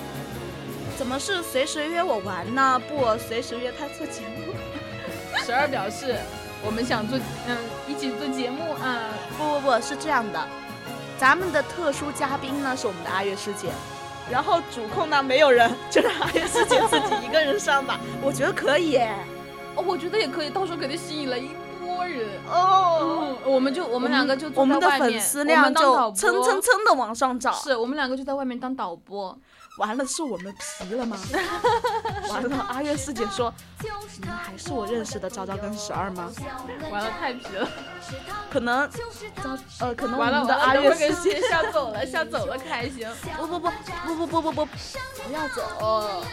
Speaker 4: 怎么是随时约我玩呢？不，随时约她做节目。
Speaker 3: 十二表示我们想做，嗯，一起做节目啊。
Speaker 4: 不不不是这样的，咱们的特殊嘉宾呢是我们的阿月师姐，然后主控呢没有人，就让阿月师姐 自己一个人上吧，我觉得可以耶。
Speaker 3: 哦，我觉得也可以，到时候肯定吸引了一波多人，
Speaker 4: 哦，
Speaker 3: 嗯，我们就我
Speaker 4: 我
Speaker 3: 们两个就坐
Speaker 4: 我们
Speaker 3: 在
Speaker 4: 的
Speaker 3: 外
Speaker 4: 粉
Speaker 3: 面
Speaker 4: 丝量
Speaker 3: 我们当
Speaker 4: 就
Speaker 3: 导
Speaker 4: 蹭
Speaker 3: 播
Speaker 4: 蹭蹭的往上涨。
Speaker 3: 是我们两个就在外面当导播，
Speaker 4: 完了，是我们 皮了吗？完了，阿月师姐说，你们还是我认识的昭昭跟十二吗？
Speaker 3: 完了太皮了，
Speaker 4: 可能，昭呃，可能我
Speaker 3: 完了
Speaker 4: 们的
Speaker 3: 完
Speaker 4: 阿
Speaker 3: 了，
Speaker 4: 月
Speaker 3: 我给
Speaker 4: 师姐，
Speaker 3: 笑走了，笑走了，开心。
Speaker 4: 不不不不不不不不，不要走。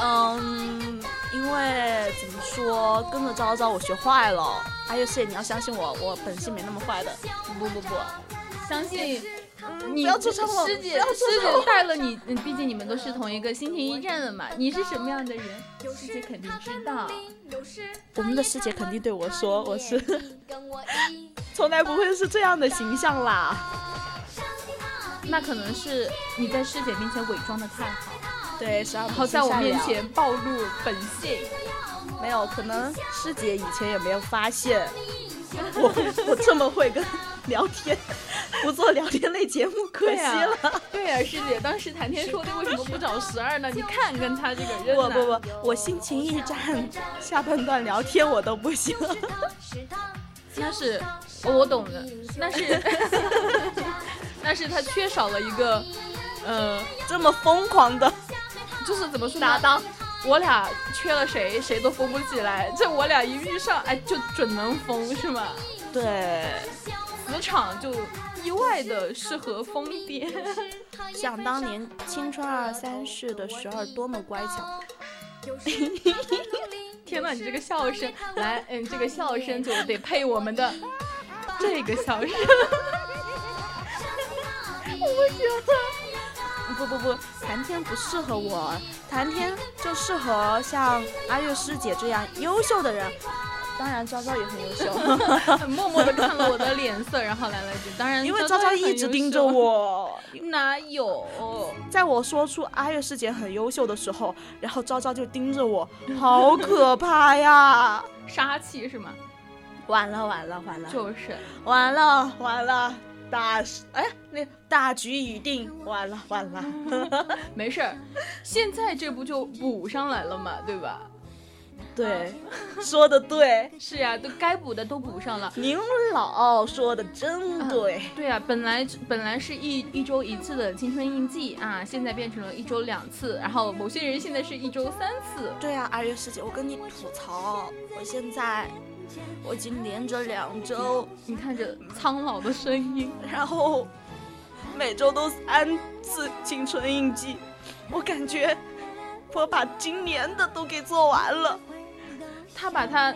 Speaker 4: 嗯，因为怎么说，跟着昭昭我学坏了。哎阿月师姐，你要相信我，我本性没那么坏的。
Speaker 3: 不不不，相信你
Speaker 4: 嗯不要出声了
Speaker 3: 师
Speaker 4: 不
Speaker 3: 姐
Speaker 4: 要出
Speaker 3: 师姐带了你，嗯毕竟你们都是同一个心情驿站的嘛。你是什么样的人，师姐肯定知道。
Speaker 4: 我们的师姐肯定对我说，我是从来不会是这样的形象啦。
Speaker 3: 那可能是你在师姐面前伪装的太好，
Speaker 4: 对，十二
Speaker 3: 然
Speaker 4: 不
Speaker 3: 后
Speaker 4: 是
Speaker 3: 在我
Speaker 4: 善
Speaker 3: 面
Speaker 4: 良
Speaker 3: 前暴露本性。
Speaker 4: 没有，可能师姐以前也没有发 现我我这么会跟聊天，不做聊天类节目可惜了。
Speaker 3: 对呀、师
Speaker 4: 哎
Speaker 3: 姐，当时谈天说地为什么不找十二呢？你看跟他这个人
Speaker 4: 不
Speaker 3: 呐、
Speaker 4: 不不，我心情驿站下半段聊天我都不行，
Speaker 3: 那是、哦我懂了，那 是那是他缺少了一个，呃，
Speaker 4: 这么疯狂的，
Speaker 3: 就是怎么说呢？搭档，我俩缺了谁，谁都疯不起来。这我俩一遇上，哎，就准能疯，是吗？
Speaker 4: 对，
Speaker 3: 磁场就意外的适合疯癫。
Speaker 4: 想当年青春二三事的十二多么乖 巧，
Speaker 3: 天呐，你这个笑声，来，嗯，这个笑声就得配我们的这个笑声。
Speaker 4: 嗯不不不，谈天不适合我，谈天就适合像阿月师姐这样优秀的人，当然昭昭也很优秀。
Speaker 3: 默默的看了我的脸色，然后来了一句：“当然，
Speaker 4: 因为
Speaker 3: 昭
Speaker 4: 昭
Speaker 3: 昭
Speaker 4: 昭
Speaker 3: 也很
Speaker 4: 一直
Speaker 3: 优
Speaker 4: 盯
Speaker 3: 秀
Speaker 4: 着。我，
Speaker 3: 哪有？
Speaker 4: 在我说出阿月师姐很优秀的时候，然后昭昭就盯着我，好可怕呀！
Speaker 3: 杀气是吗？
Speaker 4: 完了完了完了，
Speaker 3: 就是，
Speaker 4: 完了完了，大事哎那大局已定，完了完 了，
Speaker 3: 没事儿，现在这不就补上来了嘛，对吧？
Speaker 4: 对， 说的对，
Speaker 3: 是呀、都该补的都补上了。
Speaker 4: 您老说的真对，
Speaker 3: 对呀、本来本来是一一周一次的青春印记啊，现在变成了一周两次，然后某些人现在是一周三次。
Speaker 4: 对啊，阿月师姐，我跟你吐槽，我现在我已经连着两周，
Speaker 3: 你看这苍老的声音，
Speaker 4: 然后每周都三次青春印记，我感觉我把今年的都给做完了。
Speaker 3: 他把他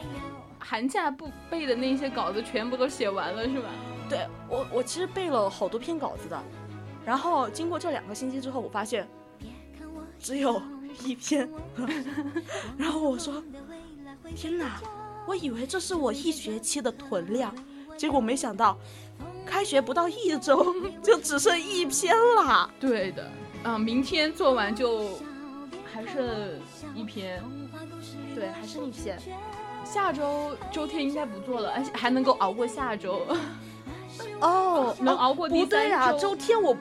Speaker 3: 寒假不背的那些稿子全部都写完了，是吧？
Speaker 4: 对我，我其实背了好多篇稿子的，然后经过这两个星期之后，我发现只有一篇， 然后我说天哪，我以为这是我一学期的囤量，结果没想到。开学不到一周，就只剩一篇啦。
Speaker 3: 对的，啊，明天做完就还剩一篇，
Speaker 4: 对，还剩一篇。
Speaker 3: 下周周天应该不做了，而且还能够熬过下 周，
Speaker 4: 哦，
Speaker 3: 能
Speaker 4: 哦
Speaker 3: 熬过第
Speaker 4: 不对啊，
Speaker 3: 三
Speaker 4: 周
Speaker 3: 周。
Speaker 4: 天我不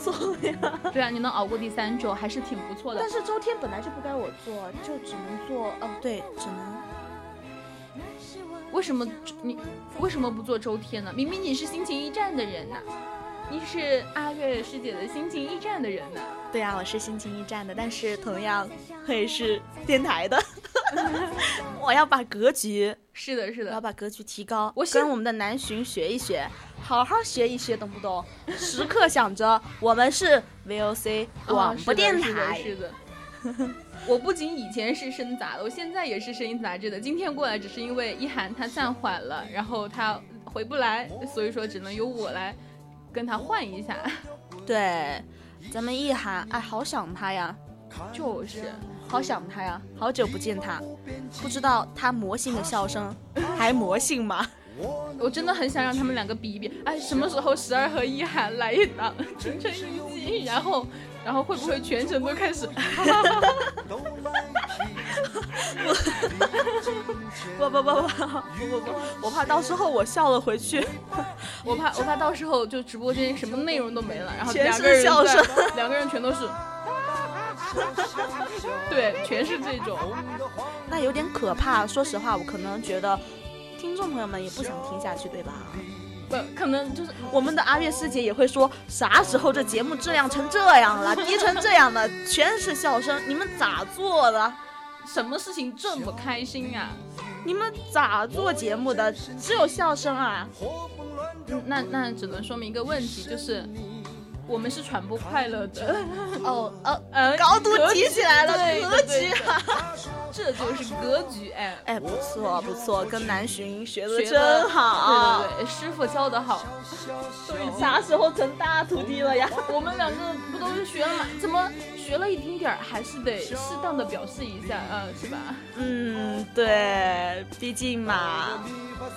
Speaker 4: 做呀。
Speaker 3: 对啊，你能熬过第三周还是挺不错的
Speaker 4: 但。是周天本来就不该我做，就只能做哦，对，只能
Speaker 3: 为什么周你为什么不做周天呢？明明你是心情驿站的人呐、你是阿月师姐的心情驿站的人呐、
Speaker 4: 对啊，我是心情驿站的，但是同样会是电 台的。我要把格局，
Speaker 3: 是的，是
Speaker 4: 我要
Speaker 3: 的，
Speaker 4: 把格局提高。
Speaker 3: 我现
Speaker 4: 跟我们的南巡学一学，好好学一学，懂不懂？时刻想着我们是 VOC 广
Speaker 3: 啊是的
Speaker 4: 播电
Speaker 3: 是的
Speaker 4: 台。
Speaker 3: 是 的。我不仅以前是声杂的，我现在也是声音杂志的。今天过来只是因为一涵他暂缓了，然后他回不来，所以说只能由我来跟他换一下。
Speaker 4: 对，咱们一涵，哎，好想他呀，
Speaker 3: 就是，
Speaker 4: 好想他呀，好久不见他，不知道他魔性的笑声还魔性吗？
Speaker 3: 我真的很想让他们两个比一比，哎，什么时候十二和一涵来一档 《青春印记》，然后，然后会不会全程都开始？
Speaker 4: 不不不不不不不，我怕到时候我笑了回去。
Speaker 3: 我怕，我怕到时候就直播间什么内容都没了，然后
Speaker 4: 全
Speaker 3: 两
Speaker 4: 是
Speaker 3: 个人
Speaker 4: 笑
Speaker 3: 在
Speaker 4: 声
Speaker 3: 两个人全都是。对，全是这种。
Speaker 4: 那有点可怕。说实话，我可能觉得听众朋友们也不想听下去，对吧？
Speaker 3: 不，可能就是
Speaker 4: 我们的阿月师姐也会说，啥时候这节目质量成这样了，低成这样了，全是笑声，你们咋做的？
Speaker 3: 什么事情这么开心啊？
Speaker 4: 你们咋做节目的？只有笑声啊！
Speaker 3: 嗯那那只能说明一个问题，就是我们是传播快乐的。
Speaker 4: 哦哦，
Speaker 3: 呃，
Speaker 4: 高度提起来
Speaker 3: 对
Speaker 4: 了，格局啊！
Speaker 3: 啊，这就是格局 哎。
Speaker 4: 哎，不错不错，跟南巡学的
Speaker 3: 学得
Speaker 4: 真好。
Speaker 3: 对对对，师傅教的好。
Speaker 4: 啥时候成大徒弟了呀？
Speaker 3: 我们两个不都是学了嘛？怎么学了一丁点儿，还是得适当的表示一下，呃，是吧？
Speaker 4: 嗯，对，毕竟嘛，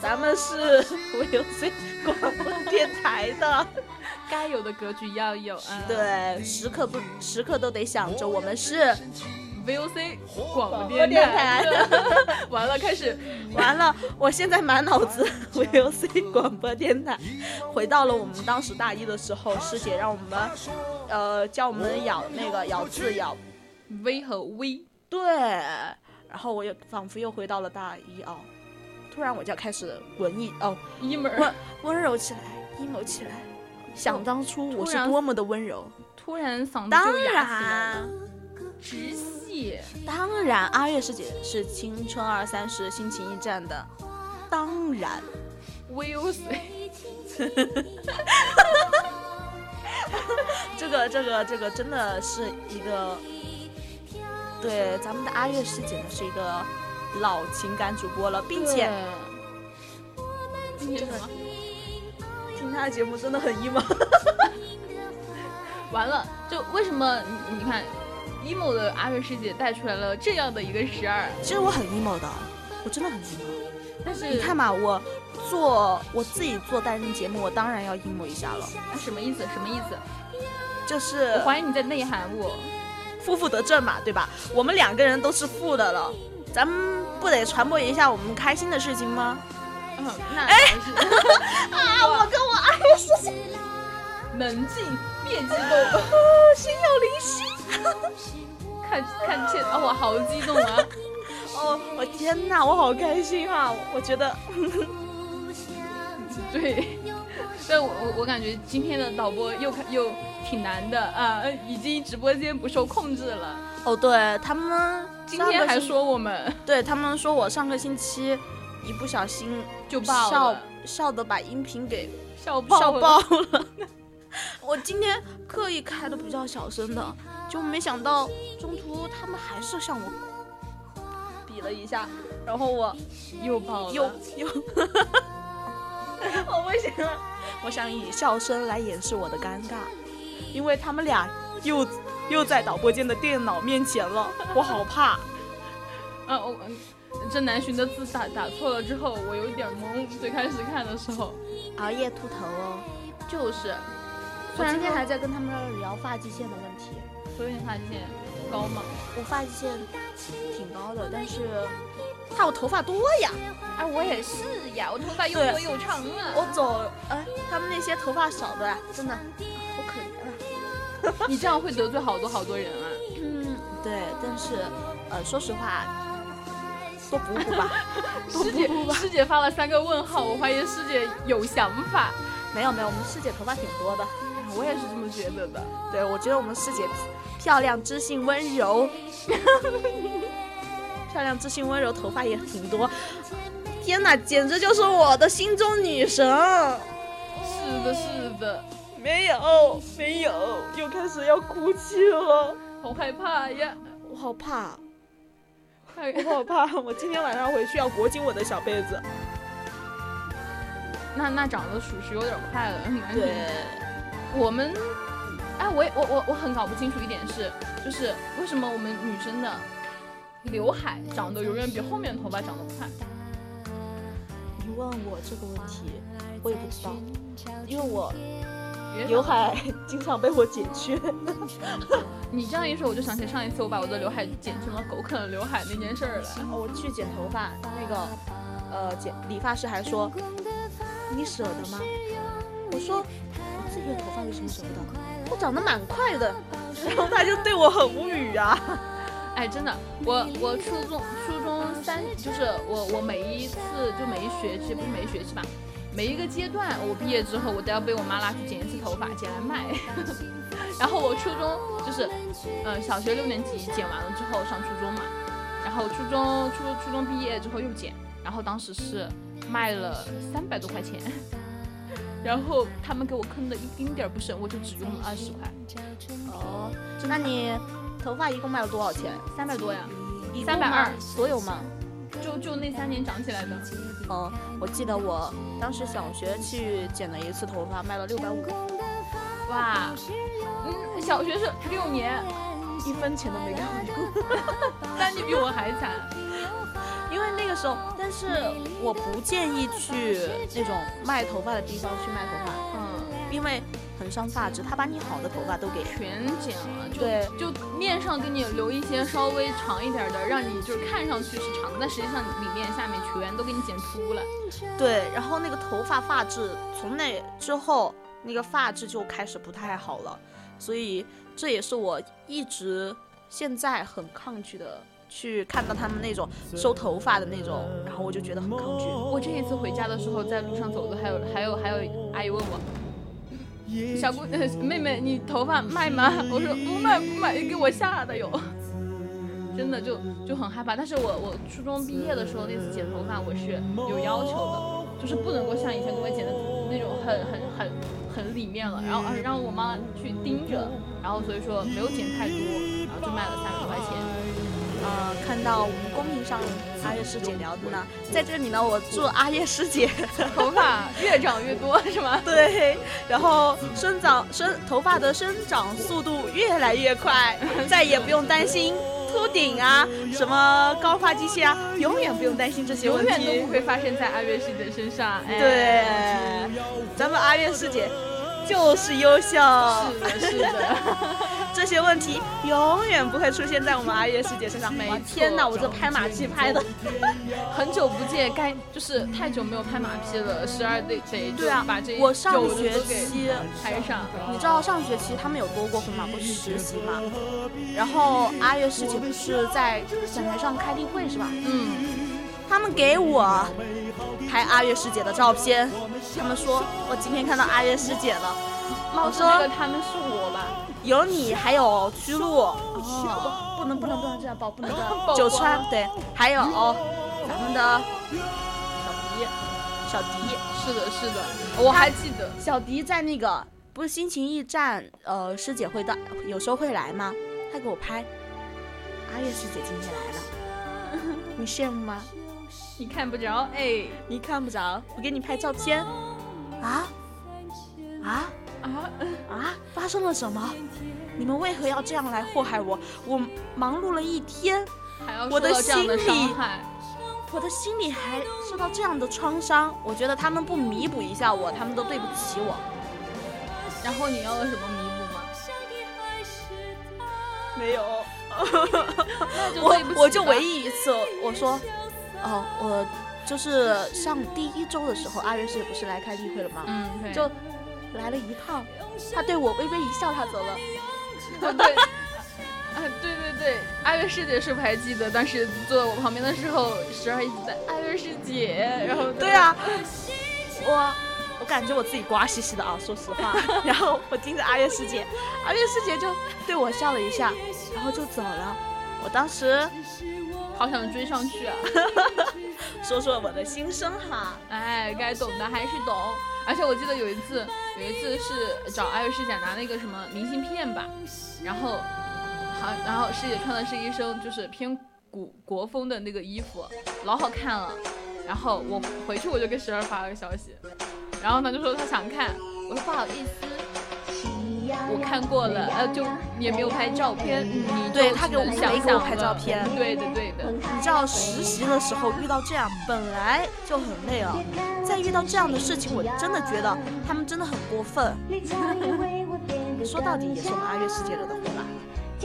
Speaker 4: 咱们是 VOC 广播电台的，
Speaker 3: 该有的格局要有啊。
Speaker 4: 对，时刻不时刻都得想着我们是。
Speaker 3: 嗯，VOC 广播
Speaker 4: 播
Speaker 3: 电
Speaker 4: 电
Speaker 3: 台。
Speaker 4: 台
Speaker 3: 完了，开始
Speaker 4: 完了，我现在满脑子 VOC 广播电台，回到了我们当时大一的时候，师姐让我们，呃，教我们咬那个咬字咬
Speaker 3: V 和 V。
Speaker 4: 对，然后我又仿佛又回到了大一哦，突然我就开始文艺哦，
Speaker 3: 一门儿
Speaker 4: 温温柔起来，阴谋起来。想当初我
Speaker 3: 突
Speaker 4: 是
Speaker 3: 然
Speaker 4: 多么的温柔，
Speaker 3: 突然嗓子
Speaker 4: 当
Speaker 3: 就哑起来了，
Speaker 4: 然，
Speaker 3: 直系。
Speaker 4: 当然，阿月师姐是青春二三十心情驿站的，当然，
Speaker 3: VOC
Speaker 4: 这个这个这个真的是一个，对咱们的阿月师姐呢是一个老情感主播了，并且
Speaker 3: 并且什么？
Speaker 4: 听她的节目真的很 emo。
Speaker 3: 完了，就为什么你你看，emo 的阿瑞师姐带出来了这样的一个十二，
Speaker 4: 其实我很 emo 的，我真的很 emo。
Speaker 3: 但是
Speaker 4: 你看嘛，我做我自己做单人节目，我当然要 emo 一下了，
Speaker 3: 啊什么意思？什么意思？
Speaker 4: 就是
Speaker 3: 我怀疑你在内涵我。
Speaker 4: 负负得正嘛，对吧？我们两个人都是负的了，咱们不得传播一下我们开心的事情吗？
Speaker 3: 嗯，那哎 啊，我跟我阿瑞师姐能静别激 动，
Speaker 4: 心有灵犀。
Speaker 3: 看看见啊，我好激动啊！
Speaker 4: 哦，我天哪，我好开心啊！我觉得
Speaker 3: 对，但我我我感觉今天的导播又看又挺难的啊，已经直播间不受控制了。
Speaker 4: 哦，对他们
Speaker 3: 今天还
Speaker 4: 上个星，
Speaker 3: 说我们
Speaker 4: 对他们说我上个星期一不小心
Speaker 3: 就爆
Speaker 4: 笑
Speaker 3: 了，
Speaker 4: 笑的把音频给
Speaker 3: 笑爆
Speaker 4: 笑
Speaker 3: 了
Speaker 4: 爆了。 我今天刻意开的比较小声的，就没想到中途他们还是向我比了一下，然后我
Speaker 3: 又爆了，
Speaker 4: 又又， 我不行了，我想以笑声来掩饰我的尴尬，因为他们俩又又在导播间的电脑面前了，我好 怕。
Speaker 3: 啊，我这南巡的字打打错了之后，我有点懵。最开始看的时候
Speaker 4: 熬夜秃头哦，
Speaker 3: 就是，
Speaker 4: 我
Speaker 3: 虽然
Speaker 4: 今
Speaker 3: 说
Speaker 4: 天还在跟他们聊发际线的问题，
Speaker 3: 我有点发现高嘛，
Speaker 4: 我发际线挺高的，但是怕我头发多呀。
Speaker 3: 啊，我也是呀，我头发又
Speaker 4: 对
Speaker 3: 多又长 啊。
Speaker 4: 我走，哎，他们那些头发少的，真的好可怜啊。
Speaker 3: 你这样会得罪好多好多人啊。
Speaker 4: 嗯，对，但是，呃，说实话，多补补吧。
Speaker 3: 师姐师姐发了三个问号，我怀疑师姐有想法。
Speaker 4: 没有没有，我们师姐头发挺多的。
Speaker 3: 我也是这么觉得的。
Speaker 4: 对，我觉得我们师姐漂亮、知性、温柔， 漂亮、知性、温柔，头发也挺多。天哪，简直就是我的心中女神！
Speaker 3: 是的，是的，
Speaker 4: 没有，没有，又开始要哭泣了，
Speaker 3: 好害怕呀！
Speaker 4: 我好怕，
Speaker 3: 快
Speaker 4: 我好怕，我今天晚上回去要裹紧我的小被子。
Speaker 3: 那那长得属实有点快了，南巡。我们，哎，我也我我我很搞不清楚一点是，就是为什么我们女生的刘海长得永远比后面头发长得快？
Speaker 4: 你问我这个问题，我也不知道，因为我
Speaker 3: 因为
Speaker 4: 刘，海 经常被我剪去。
Speaker 3: 你这样一说，我就想起上一次我把我的刘海剪成了狗啃刘海那件事儿了。
Speaker 4: 我去剪头发，那个呃剪理发师还说，你舍得吗？我说我自这个人头发为什么折的？我长得蛮快的。然后他就对我很无语啊。
Speaker 3: 哎，真的，我我初中初中三就是我我每一次就每一学期不是每一学期吧，每一个阶段我毕业之后我都要被我妈拉去剪一次头发，剪来卖。 然后我初中就是，呃，小学六年级剪完了之后上初中嘛，然后初中初初中毕业之后又剪，然后当时是卖了三百多块钱， 然后他们给我坑的一丁点儿不省，我就只用了二十块，
Speaker 4: 哦，那你头发一共卖了多少钱？
Speaker 3: 三百多呀，
Speaker 4: 一
Speaker 3: 三百二
Speaker 4: 共吗所有吗？
Speaker 3: 就就那三年长起来的。
Speaker 4: 嗯，我记得我当时小学去剪了一次头发，卖了六百五，
Speaker 3: 哇，嗯，小学是六年，
Speaker 4: 一分钱都没给他们。
Speaker 3: 那你比我还惨。
Speaker 4: 因为那个时候，但是我不建议去那种卖头发的地方去卖头发，
Speaker 3: 嗯，
Speaker 4: 因为很伤发质，他把你好的头发都给
Speaker 3: 全剪了，就
Speaker 4: 对
Speaker 3: 就面上给你留一些稍微长一点的，让你就是看上去是长的，但实际上里面下面全都给你剪秃了。
Speaker 4: 对，然后那个头发发质从那之后，那个发质就开始不太好了，所以这也是我一直现在很抗拒的。去看到他们那种收头发的那种，然后我就觉得很抗拒。
Speaker 3: 我这一次回家的时候，在路上走的还有还有还有阿姨问我，小姑呃妹妹，你头发卖吗？我说不卖不卖，给我吓的哟。真的就就很害怕，但是我我初中毕业的时候那次剪头发我是有要求的，就是不能够像以前给我剪的那种很很很很里面了，然后而让我妈去盯着，然后所以说没有剪太多，然后就卖了三百块钱。
Speaker 4: 呃，看到我们公屏上阿月师姐聊的呢，在这里呢，我祝阿月师姐
Speaker 3: 头发越长越多是吗？
Speaker 4: 对，然后生长生头发的生长速度越来越快，再也不用担心秃顶啊，什么高发际线啊，永远不用担心这些
Speaker 3: 永
Speaker 4: 问
Speaker 3: 远都
Speaker 4: 题
Speaker 3: 不。会发生在阿月师姐身上。哎、
Speaker 4: 对，咱们阿月师姐就是优秀，
Speaker 3: 是的，是的，
Speaker 4: 这些问题永远不会出现在我们阿月师姐身上。
Speaker 3: 没
Speaker 4: 哇
Speaker 3: 错
Speaker 4: 天哪，我这拍马屁拍的。
Speaker 3: 很久不见，该就是太久没有拍马屁了，十二得得就
Speaker 4: 对啊
Speaker 3: 把这一
Speaker 4: 我上
Speaker 3: 九的
Speaker 4: 学
Speaker 3: 都给
Speaker 4: 期
Speaker 3: 拍上。
Speaker 4: 你知道上学期他们有多过分吗？不是实习嘛，然后阿月师姐不是在讲台上开例会是吧？
Speaker 3: 嗯，
Speaker 4: 他们给我拍阿月师姐的照片，他们说我今天看到阿月师姐了，
Speaker 3: 冒
Speaker 4: 我
Speaker 3: 出
Speaker 4: 说
Speaker 3: 这个他们是我吧？
Speaker 4: 有你，还有居露、
Speaker 3: 哦，
Speaker 4: 不能不能不能这样报，不能这样
Speaker 3: 曝
Speaker 4: 报，
Speaker 3: 光
Speaker 4: 九川对，还有哦咱们的小迪，小迪，
Speaker 3: 是的，是的，我还记得。
Speaker 4: 小迪在那个不是心情驿站，呃，师姐会到，有时候会来吗？她给我拍，阿月师姐今天来了， 你羡慕吗？
Speaker 3: 你看不着，哎
Speaker 4: 你看不着，我给你拍照片。啊啊
Speaker 3: 啊，
Speaker 4: 啊！发生了什么？你们为何要这样来祸害我？我忙碌了一天，
Speaker 3: 还要受
Speaker 4: 我的
Speaker 3: 到这样的
Speaker 4: 心
Speaker 3: 伤
Speaker 4: 里
Speaker 3: 害，
Speaker 4: 我的心里还受到这样的创伤。我觉得他们不弥补一下我，他们都对不起我。
Speaker 3: 然后你要有什么弥补吗？
Speaker 4: 没有，
Speaker 3: 那就对不起
Speaker 4: 我我就
Speaker 3: 吧
Speaker 4: 唯一一次，我说，哦，我就是上第一周的时候，阿月师姐不是来开例会了吗？
Speaker 3: 嗯，对
Speaker 4: 就来了一趟，她对我微微一笑，她走了。
Speaker 3: 哦对，啊，对对对，阿月师姐是不是还记得当时坐在我旁边的时候，十二一直在阿月师姐，然后
Speaker 4: 对啊，我我感觉我自己瓜兮兮的啊，说实话。 然后我盯着阿月师姐，阿月师姐就对我笑了一下，然后就走了。我当时
Speaker 3: 好想追上去啊！
Speaker 4: 说说我的心声哈，
Speaker 3: 哎，该懂的还是懂。而且我记得有一次，有一次是找阿月师姐拿那个什么明信片吧，然后好，然后师姐穿的是一身就是偏古国风的那个衣服，老好看了。然后我回去我就给十二发了个消息，然后他就说他想看，我说不好意思。我看过了，呃，就也没有拍照片，嗯你就
Speaker 4: 啊对他
Speaker 3: 只
Speaker 4: 给我
Speaker 3: 能
Speaker 4: 没
Speaker 3: 想
Speaker 4: 给我
Speaker 3: 想
Speaker 4: 拍
Speaker 3: 了
Speaker 4: 照片嗯
Speaker 3: 对的对的，
Speaker 4: 你知道实习的时候遇到这样本来就很累了，再遇到这样的事情，我真的觉得他们真的很过分。 说到底也是我们阿月师姐惹的祸吧？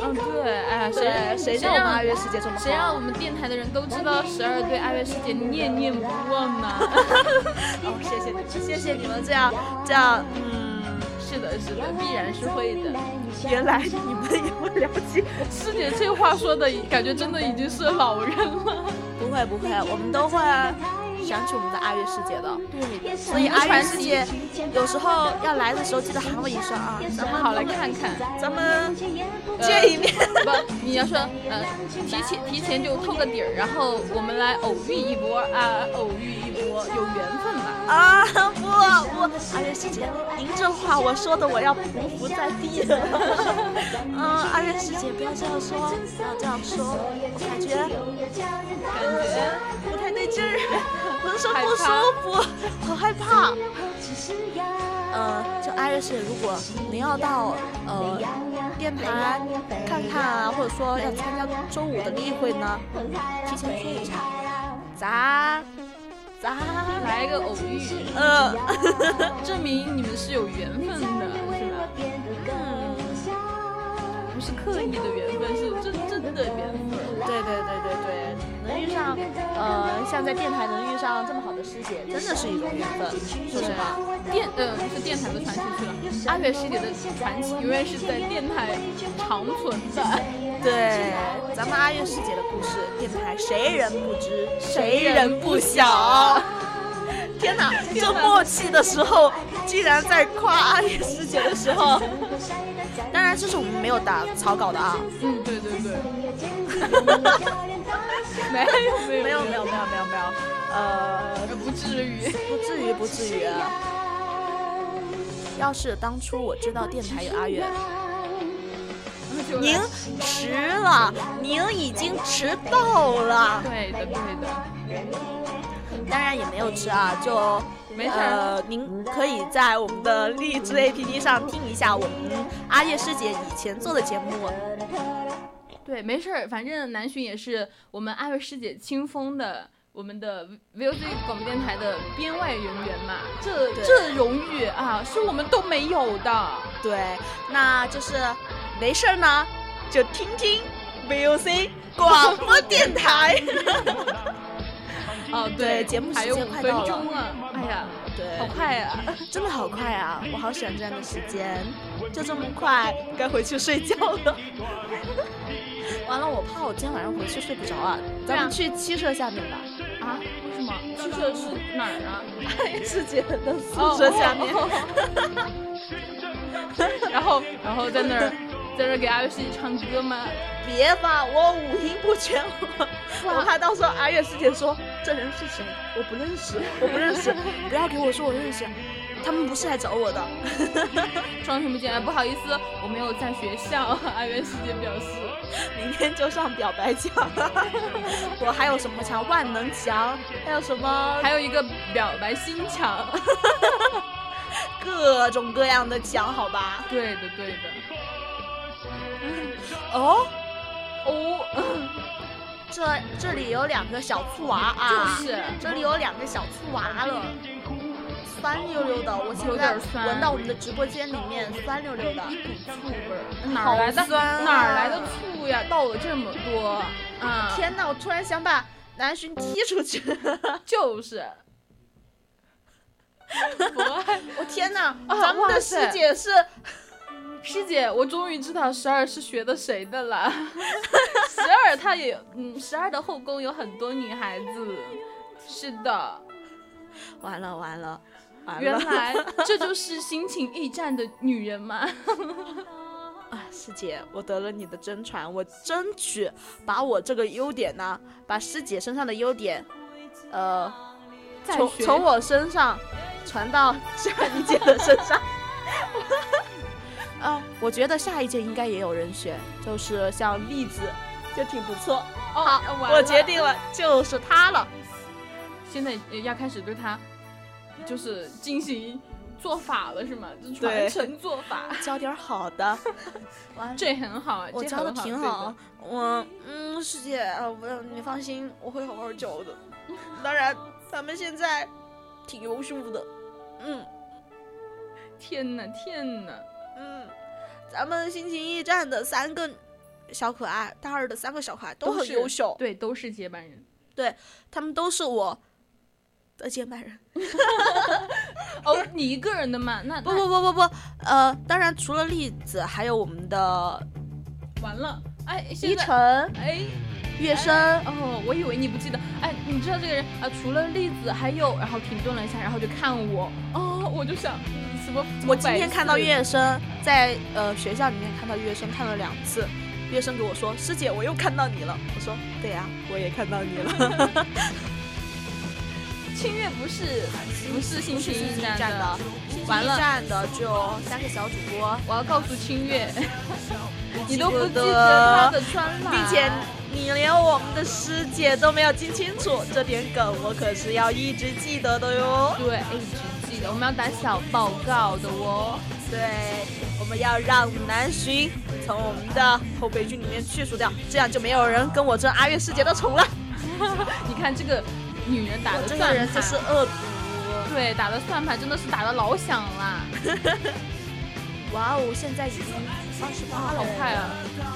Speaker 3: 嗯对，哎，
Speaker 4: 对，谁让我们阿月师姐这么啊
Speaker 3: 谁让我们电台的人都知道十二对爱乐师姐念念不 忘呢？
Speaker 4: 哦，谢谢你们，谢谢你们这样这样，嗯，
Speaker 3: 是的，是的，必然是会的。
Speaker 4: 原来你们也会了解，
Speaker 3: 师姐这话说的，感觉真的已经是老人 了。
Speaker 4: 不会不会，我们都会啊想起我们的阿月师姐的。对，所以
Speaker 3: 我们
Speaker 4: 阿月
Speaker 3: 传
Speaker 4: 师
Speaker 3: 奇
Speaker 4: 姐有时候要来的时候，记得喊我一声 啊，咱们
Speaker 3: 好，来看看。
Speaker 4: 咱们
Speaker 3: 呃
Speaker 4: 见一面。
Speaker 3: 不，你要说，呃，提前提前就透个底儿，然后我们来偶遇一波啊，偶遇一波，有缘分嘛。
Speaker 4: 啊不不，阿月师姐，您这话我说的我要匍匐在地了。 嗯，阿月师姐不要这样说，不要这样说，我感觉呃
Speaker 3: 感觉
Speaker 4: 不太对劲儿，浑身
Speaker 3: 害
Speaker 4: 不舒服，好害怕。呃，就阿月师姐，如果您要到呃电台看看啊，或者说要参加周五的例会呢，提前说一下，咱咱
Speaker 3: 来一个偶遇，
Speaker 4: 呃。
Speaker 3: 证明你们是有缘分的，是吧？不是刻意的缘分，是真正的缘分。
Speaker 4: 对对对对对，能遇上，呃，像在电台能遇上这么好的师姐，真的是一种缘分，说实话。
Speaker 3: 电
Speaker 4: 嗯
Speaker 3: 呃不是电台都传奇去了，
Speaker 4: 啊
Speaker 3: 阿月师姐的传奇永远是在电台长存的，
Speaker 4: 对，咱们阿月师姐的故事，电台谁人不知，谁
Speaker 3: 人
Speaker 4: 人
Speaker 3: 不
Speaker 4: 不
Speaker 3: 晓
Speaker 4: 晓。天哪，这默契的时候，竟然在夸阿月师姐的时候，当然这是我们没有打草稿的啊，
Speaker 3: 嗯，对对对，没有没有
Speaker 4: 没有没有没有没有没有，呃，
Speaker 3: 不至于。
Speaker 4: 不至于，不至于。啊要是当初我知道电台有阿远，您迟了，您已经迟到了。
Speaker 3: 对的对的，
Speaker 4: 当然也没有迟啊，就
Speaker 3: 没事儿。
Speaker 4: 呃，您可以在我们的荔枝 APP 上听一下我们阿月师姐以前做的节目。
Speaker 3: 对，没事儿，反正南浔也是我们阿月师姐清风的，我们的 VOC 广播电台的编外人员嘛，这
Speaker 4: 对
Speaker 3: 这荣誉啊，是我们都没有的。
Speaker 4: 对，那就是没事儿呢，就听听 VOC 广播电台。
Speaker 3: 哦，
Speaker 4: 对节目时
Speaker 3: 还有
Speaker 4: 间
Speaker 3: 五
Speaker 4: 快
Speaker 3: 分
Speaker 4: 到了
Speaker 3: 钟了，哎呀，
Speaker 4: 对
Speaker 3: 好快呀、
Speaker 4: 真的好快啊！我好喜欢这样的时间，就这么快，该回去睡觉 了。完了，我怕我今天晚上回去睡不着啊！咱们去七社下面吧，
Speaker 3: 啊！为什 么？宿舍是哪儿啊？
Speaker 4: 师姐的宿舍下面。
Speaker 3: 哦 然后，然后在那儿，在那儿给阿月师姐唱歌吗？
Speaker 4: 别吧，我五音不全，我我怕到时候阿月师姐说这人是谁，我不认识，我不 认识，不要给我说我认识，他们不是来找我的。
Speaker 3: 装什么进来？不好意思，我没有在学校。阿月师姐表示，
Speaker 4: 明天就上表白墙， 我还有什么墙？万能墙，还有什么？
Speaker 3: 还有一个表白心墙。
Speaker 4: 各种各样的墙，好吧？
Speaker 3: 对的，对的。
Speaker 4: 哦，
Speaker 3: 哦，
Speaker 4: 这这里有两个小兔娃啊，
Speaker 3: 就是
Speaker 4: 这里有两个小兔娃了，酸溜溜的，我
Speaker 3: 有
Speaker 4: 现在
Speaker 3: 点酸
Speaker 4: 闻到我们的直播间里面酸溜溜的，
Speaker 3: 醋味儿，哪儿来的、
Speaker 4: 好酸啊
Speaker 3: 哪儿来的醋呀？倒了这么多，啊，
Speaker 4: 天哪！我突然想把南浔踢出 去，
Speaker 3: 就是。 不爱
Speaker 4: 我天哪！
Speaker 3: 啊
Speaker 4: 咱们
Speaker 3: 哇
Speaker 4: 的
Speaker 3: 塞
Speaker 4: 师姐是
Speaker 3: 师姐，我终于知道十二是学的谁的了。 十二，她也，嗯，十二的后宫有很多女孩子。是的，
Speaker 4: 完了完了完
Speaker 3: 原
Speaker 4: 了
Speaker 3: 来这就是心情驿站的女人吗？
Speaker 4: 啊！师姐，我得了你的真传，我争取把我这个优点呢，把师姐身上的优点，呃，
Speaker 3: 在
Speaker 4: 从
Speaker 3: 学
Speaker 4: 从我身上传到下一届的身上。 啊，我觉得下一届应该也有人选，就是像栗子，就挺不错。
Speaker 3: 哦，完了
Speaker 4: 我决定了，就是他了。
Speaker 3: 现在也要开始对他就是进行做法了，是吗？就传承做法，
Speaker 4: 教点好 的，
Speaker 3: 这很好啊，
Speaker 4: 我
Speaker 3: 这
Speaker 4: 教的
Speaker 3: 很
Speaker 4: 挺好。我嗯，师姐，啊我你放心，我会好好教的。当然，他们现在挺优秀的。嗯
Speaker 3: 这个天哪，天哪！
Speaker 4: 嗯，咱们心情驿站的三个小可爱，大二的三个小可爱都
Speaker 3: 都
Speaker 4: 很
Speaker 3: 是
Speaker 4: 优秀。
Speaker 3: 对，都是接班人。
Speaker 4: 他们都是我呃，接班人。
Speaker 3: 哦，你一个人的嘛？那
Speaker 4: 不不不不不，呃，当然除了栗子，还有我们的
Speaker 3: 完了，哎，
Speaker 4: 依
Speaker 3: 现在
Speaker 4: 晨、
Speaker 3: 哎。
Speaker 4: 月升，
Speaker 3: 哎哦，我以为你不记得。哎，你知道这个人啊、除了栗子还有，然后停顿了一下，然后就看我。哦，我就想什么？什么
Speaker 4: 我今天看到
Speaker 3: 百思
Speaker 4: 月升在呃学校里面看到月升看了两次，月升给我说：“师姐，我又看到你了。”我说：“对呀、我也看到你了。
Speaker 3: 清月不是不是星期一站
Speaker 4: 站
Speaker 3: 的
Speaker 4: 的，
Speaker 3: 完了
Speaker 4: 站的只有三个小主播，
Speaker 3: 我要告诉清月， 你都不
Speaker 4: 不
Speaker 3: 记得
Speaker 4: 得
Speaker 3: 她的穿法，
Speaker 4: 并且你连我们的师姐都没有记清楚，这点梗我可是要一直记得的哟。
Speaker 3: 对，哎，只记得我们要打小报告的哦。
Speaker 4: 对，我们要让南巡从我们的后备军里面去除掉，这样就没有人跟我争阿月师姐的宠了。
Speaker 3: 你看这个女人打的
Speaker 4: 这
Speaker 3: 算
Speaker 4: 个
Speaker 3: 盘，
Speaker 4: 人真是恶毒。
Speaker 3: 对打的算盘真的是打的老响啊啦，
Speaker 4: 哇哦，现在已经二十八
Speaker 3: 好
Speaker 4: 了，哦
Speaker 3: 快啊！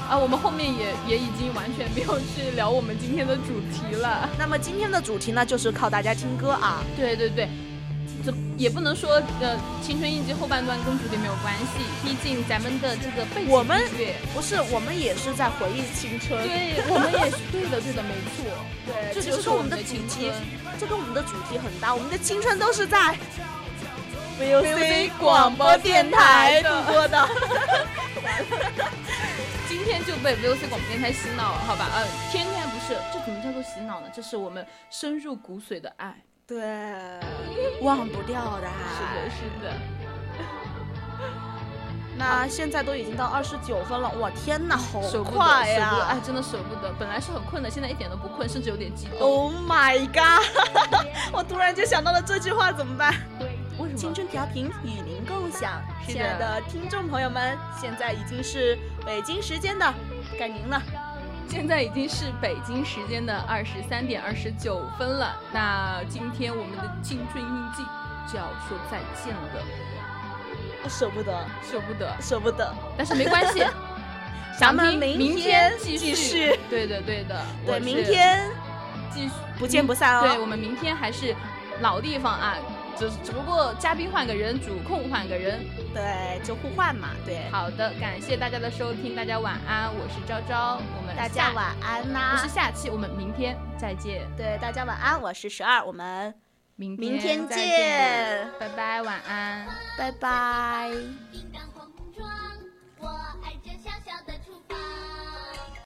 Speaker 3: 啊，我们后面也也已经完全没有去聊我们今天的主题了。
Speaker 4: 那么今天的主题呢，就是靠大家听歌啊。
Speaker 3: 对对对，这也不能说呃青春印记后半段跟主题没有关系，毕竟咱们呃的这个背景
Speaker 4: 我们
Speaker 3: 音乐
Speaker 4: 不是，我们也是在回忆青春。
Speaker 3: 对我们也是对的，对的，没错。
Speaker 4: 对
Speaker 3: 这
Speaker 4: 这
Speaker 3: 就
Speaker 4: 就是是
Speaker 3: 我
Speaker 4: 我
Speaker 3: 们
Speaker 4: 们
Speaker 3: 的
Speaker 4: 的
Speaker 3: 青春
Speaker 4: 青春，这跟我们的主题很搭。我们的青春都是在 VOC 广播电台度过的。
Speaker 3: 今天就被 VOC 广播电台洗脑了，好吧？呃，天天不是，这怎么叫做洗脑呢？这是我们深入骨髓的爱。
Speaker 4: 对，忘不掉的。
Speaker 3: 是的，是的。
Speaker 4: 那啊现在都已经到二十九分了，哇，天哪，好
Speaker 3: 舍不得，
Speaker 4: 快啊
Speaker 3: 舍不得，哎
Speaker 4: 呀，
Speaker 3: 真的舍不得。本来是很困的，现在一点都不困，甚至有点激动。
Speaker 4: ！Oh my god！我突然就想到了这句话，怎么办？
Speaker 3: 为什
Speaker 4: 青
Speaker 3: 么？
Speaker 4: 春调频与您共享。
Speaker 3: 是的
Speaker 4: 亲爱的听众朋友们，现在已经是北京时间的，该您了。
Speaker 3: 现在已经是北京时间的二十三点二十九分了。那今天我们的青春印记就要说再见了，
Speaker 4: 舍不得，
Speaker 3: 舍不得。
Speaker 4: 舍不得。
Speaker 3: 但是没关系，
Speaker 4: 咱们
Speaker 3: 想听
Speaker 4: 明
Speaker 3: 明
Speaker 4: 天
Speaker 3: 继
Speaker 4: 继续。
Speaker 3: 对的，对的，我
Speaker 4: 对，
Speaker 3: 是
Speaker 4: 明天
Speaker 3: 继续
Speaker 4: 不见不散哦。
Speaker 3: 对，我们明天还是老地方啊，只只不过嘉宾换个人，主控换个人。
Speaker 4: 对，就互换嘛。对，
Speaker 3: 好的，感谢大家的收听，大家晚安，我是昭昭，我们
Speaker 4: 大
Speaker 3: 下
Speaker 4: 家晚安呐、
Speaker 3: 不是下期，我们明天再见，
Speaker 4: 对，大家晚安，我是十二，我们
Speaker 3: 明
Speaker 4: 明天
Speaker 3: 再
Speaker 4: 见，
Speaker 3: 拜拜，晚安。
Speaker 4: 拜拜。
Speaker 6: 平淡红妆。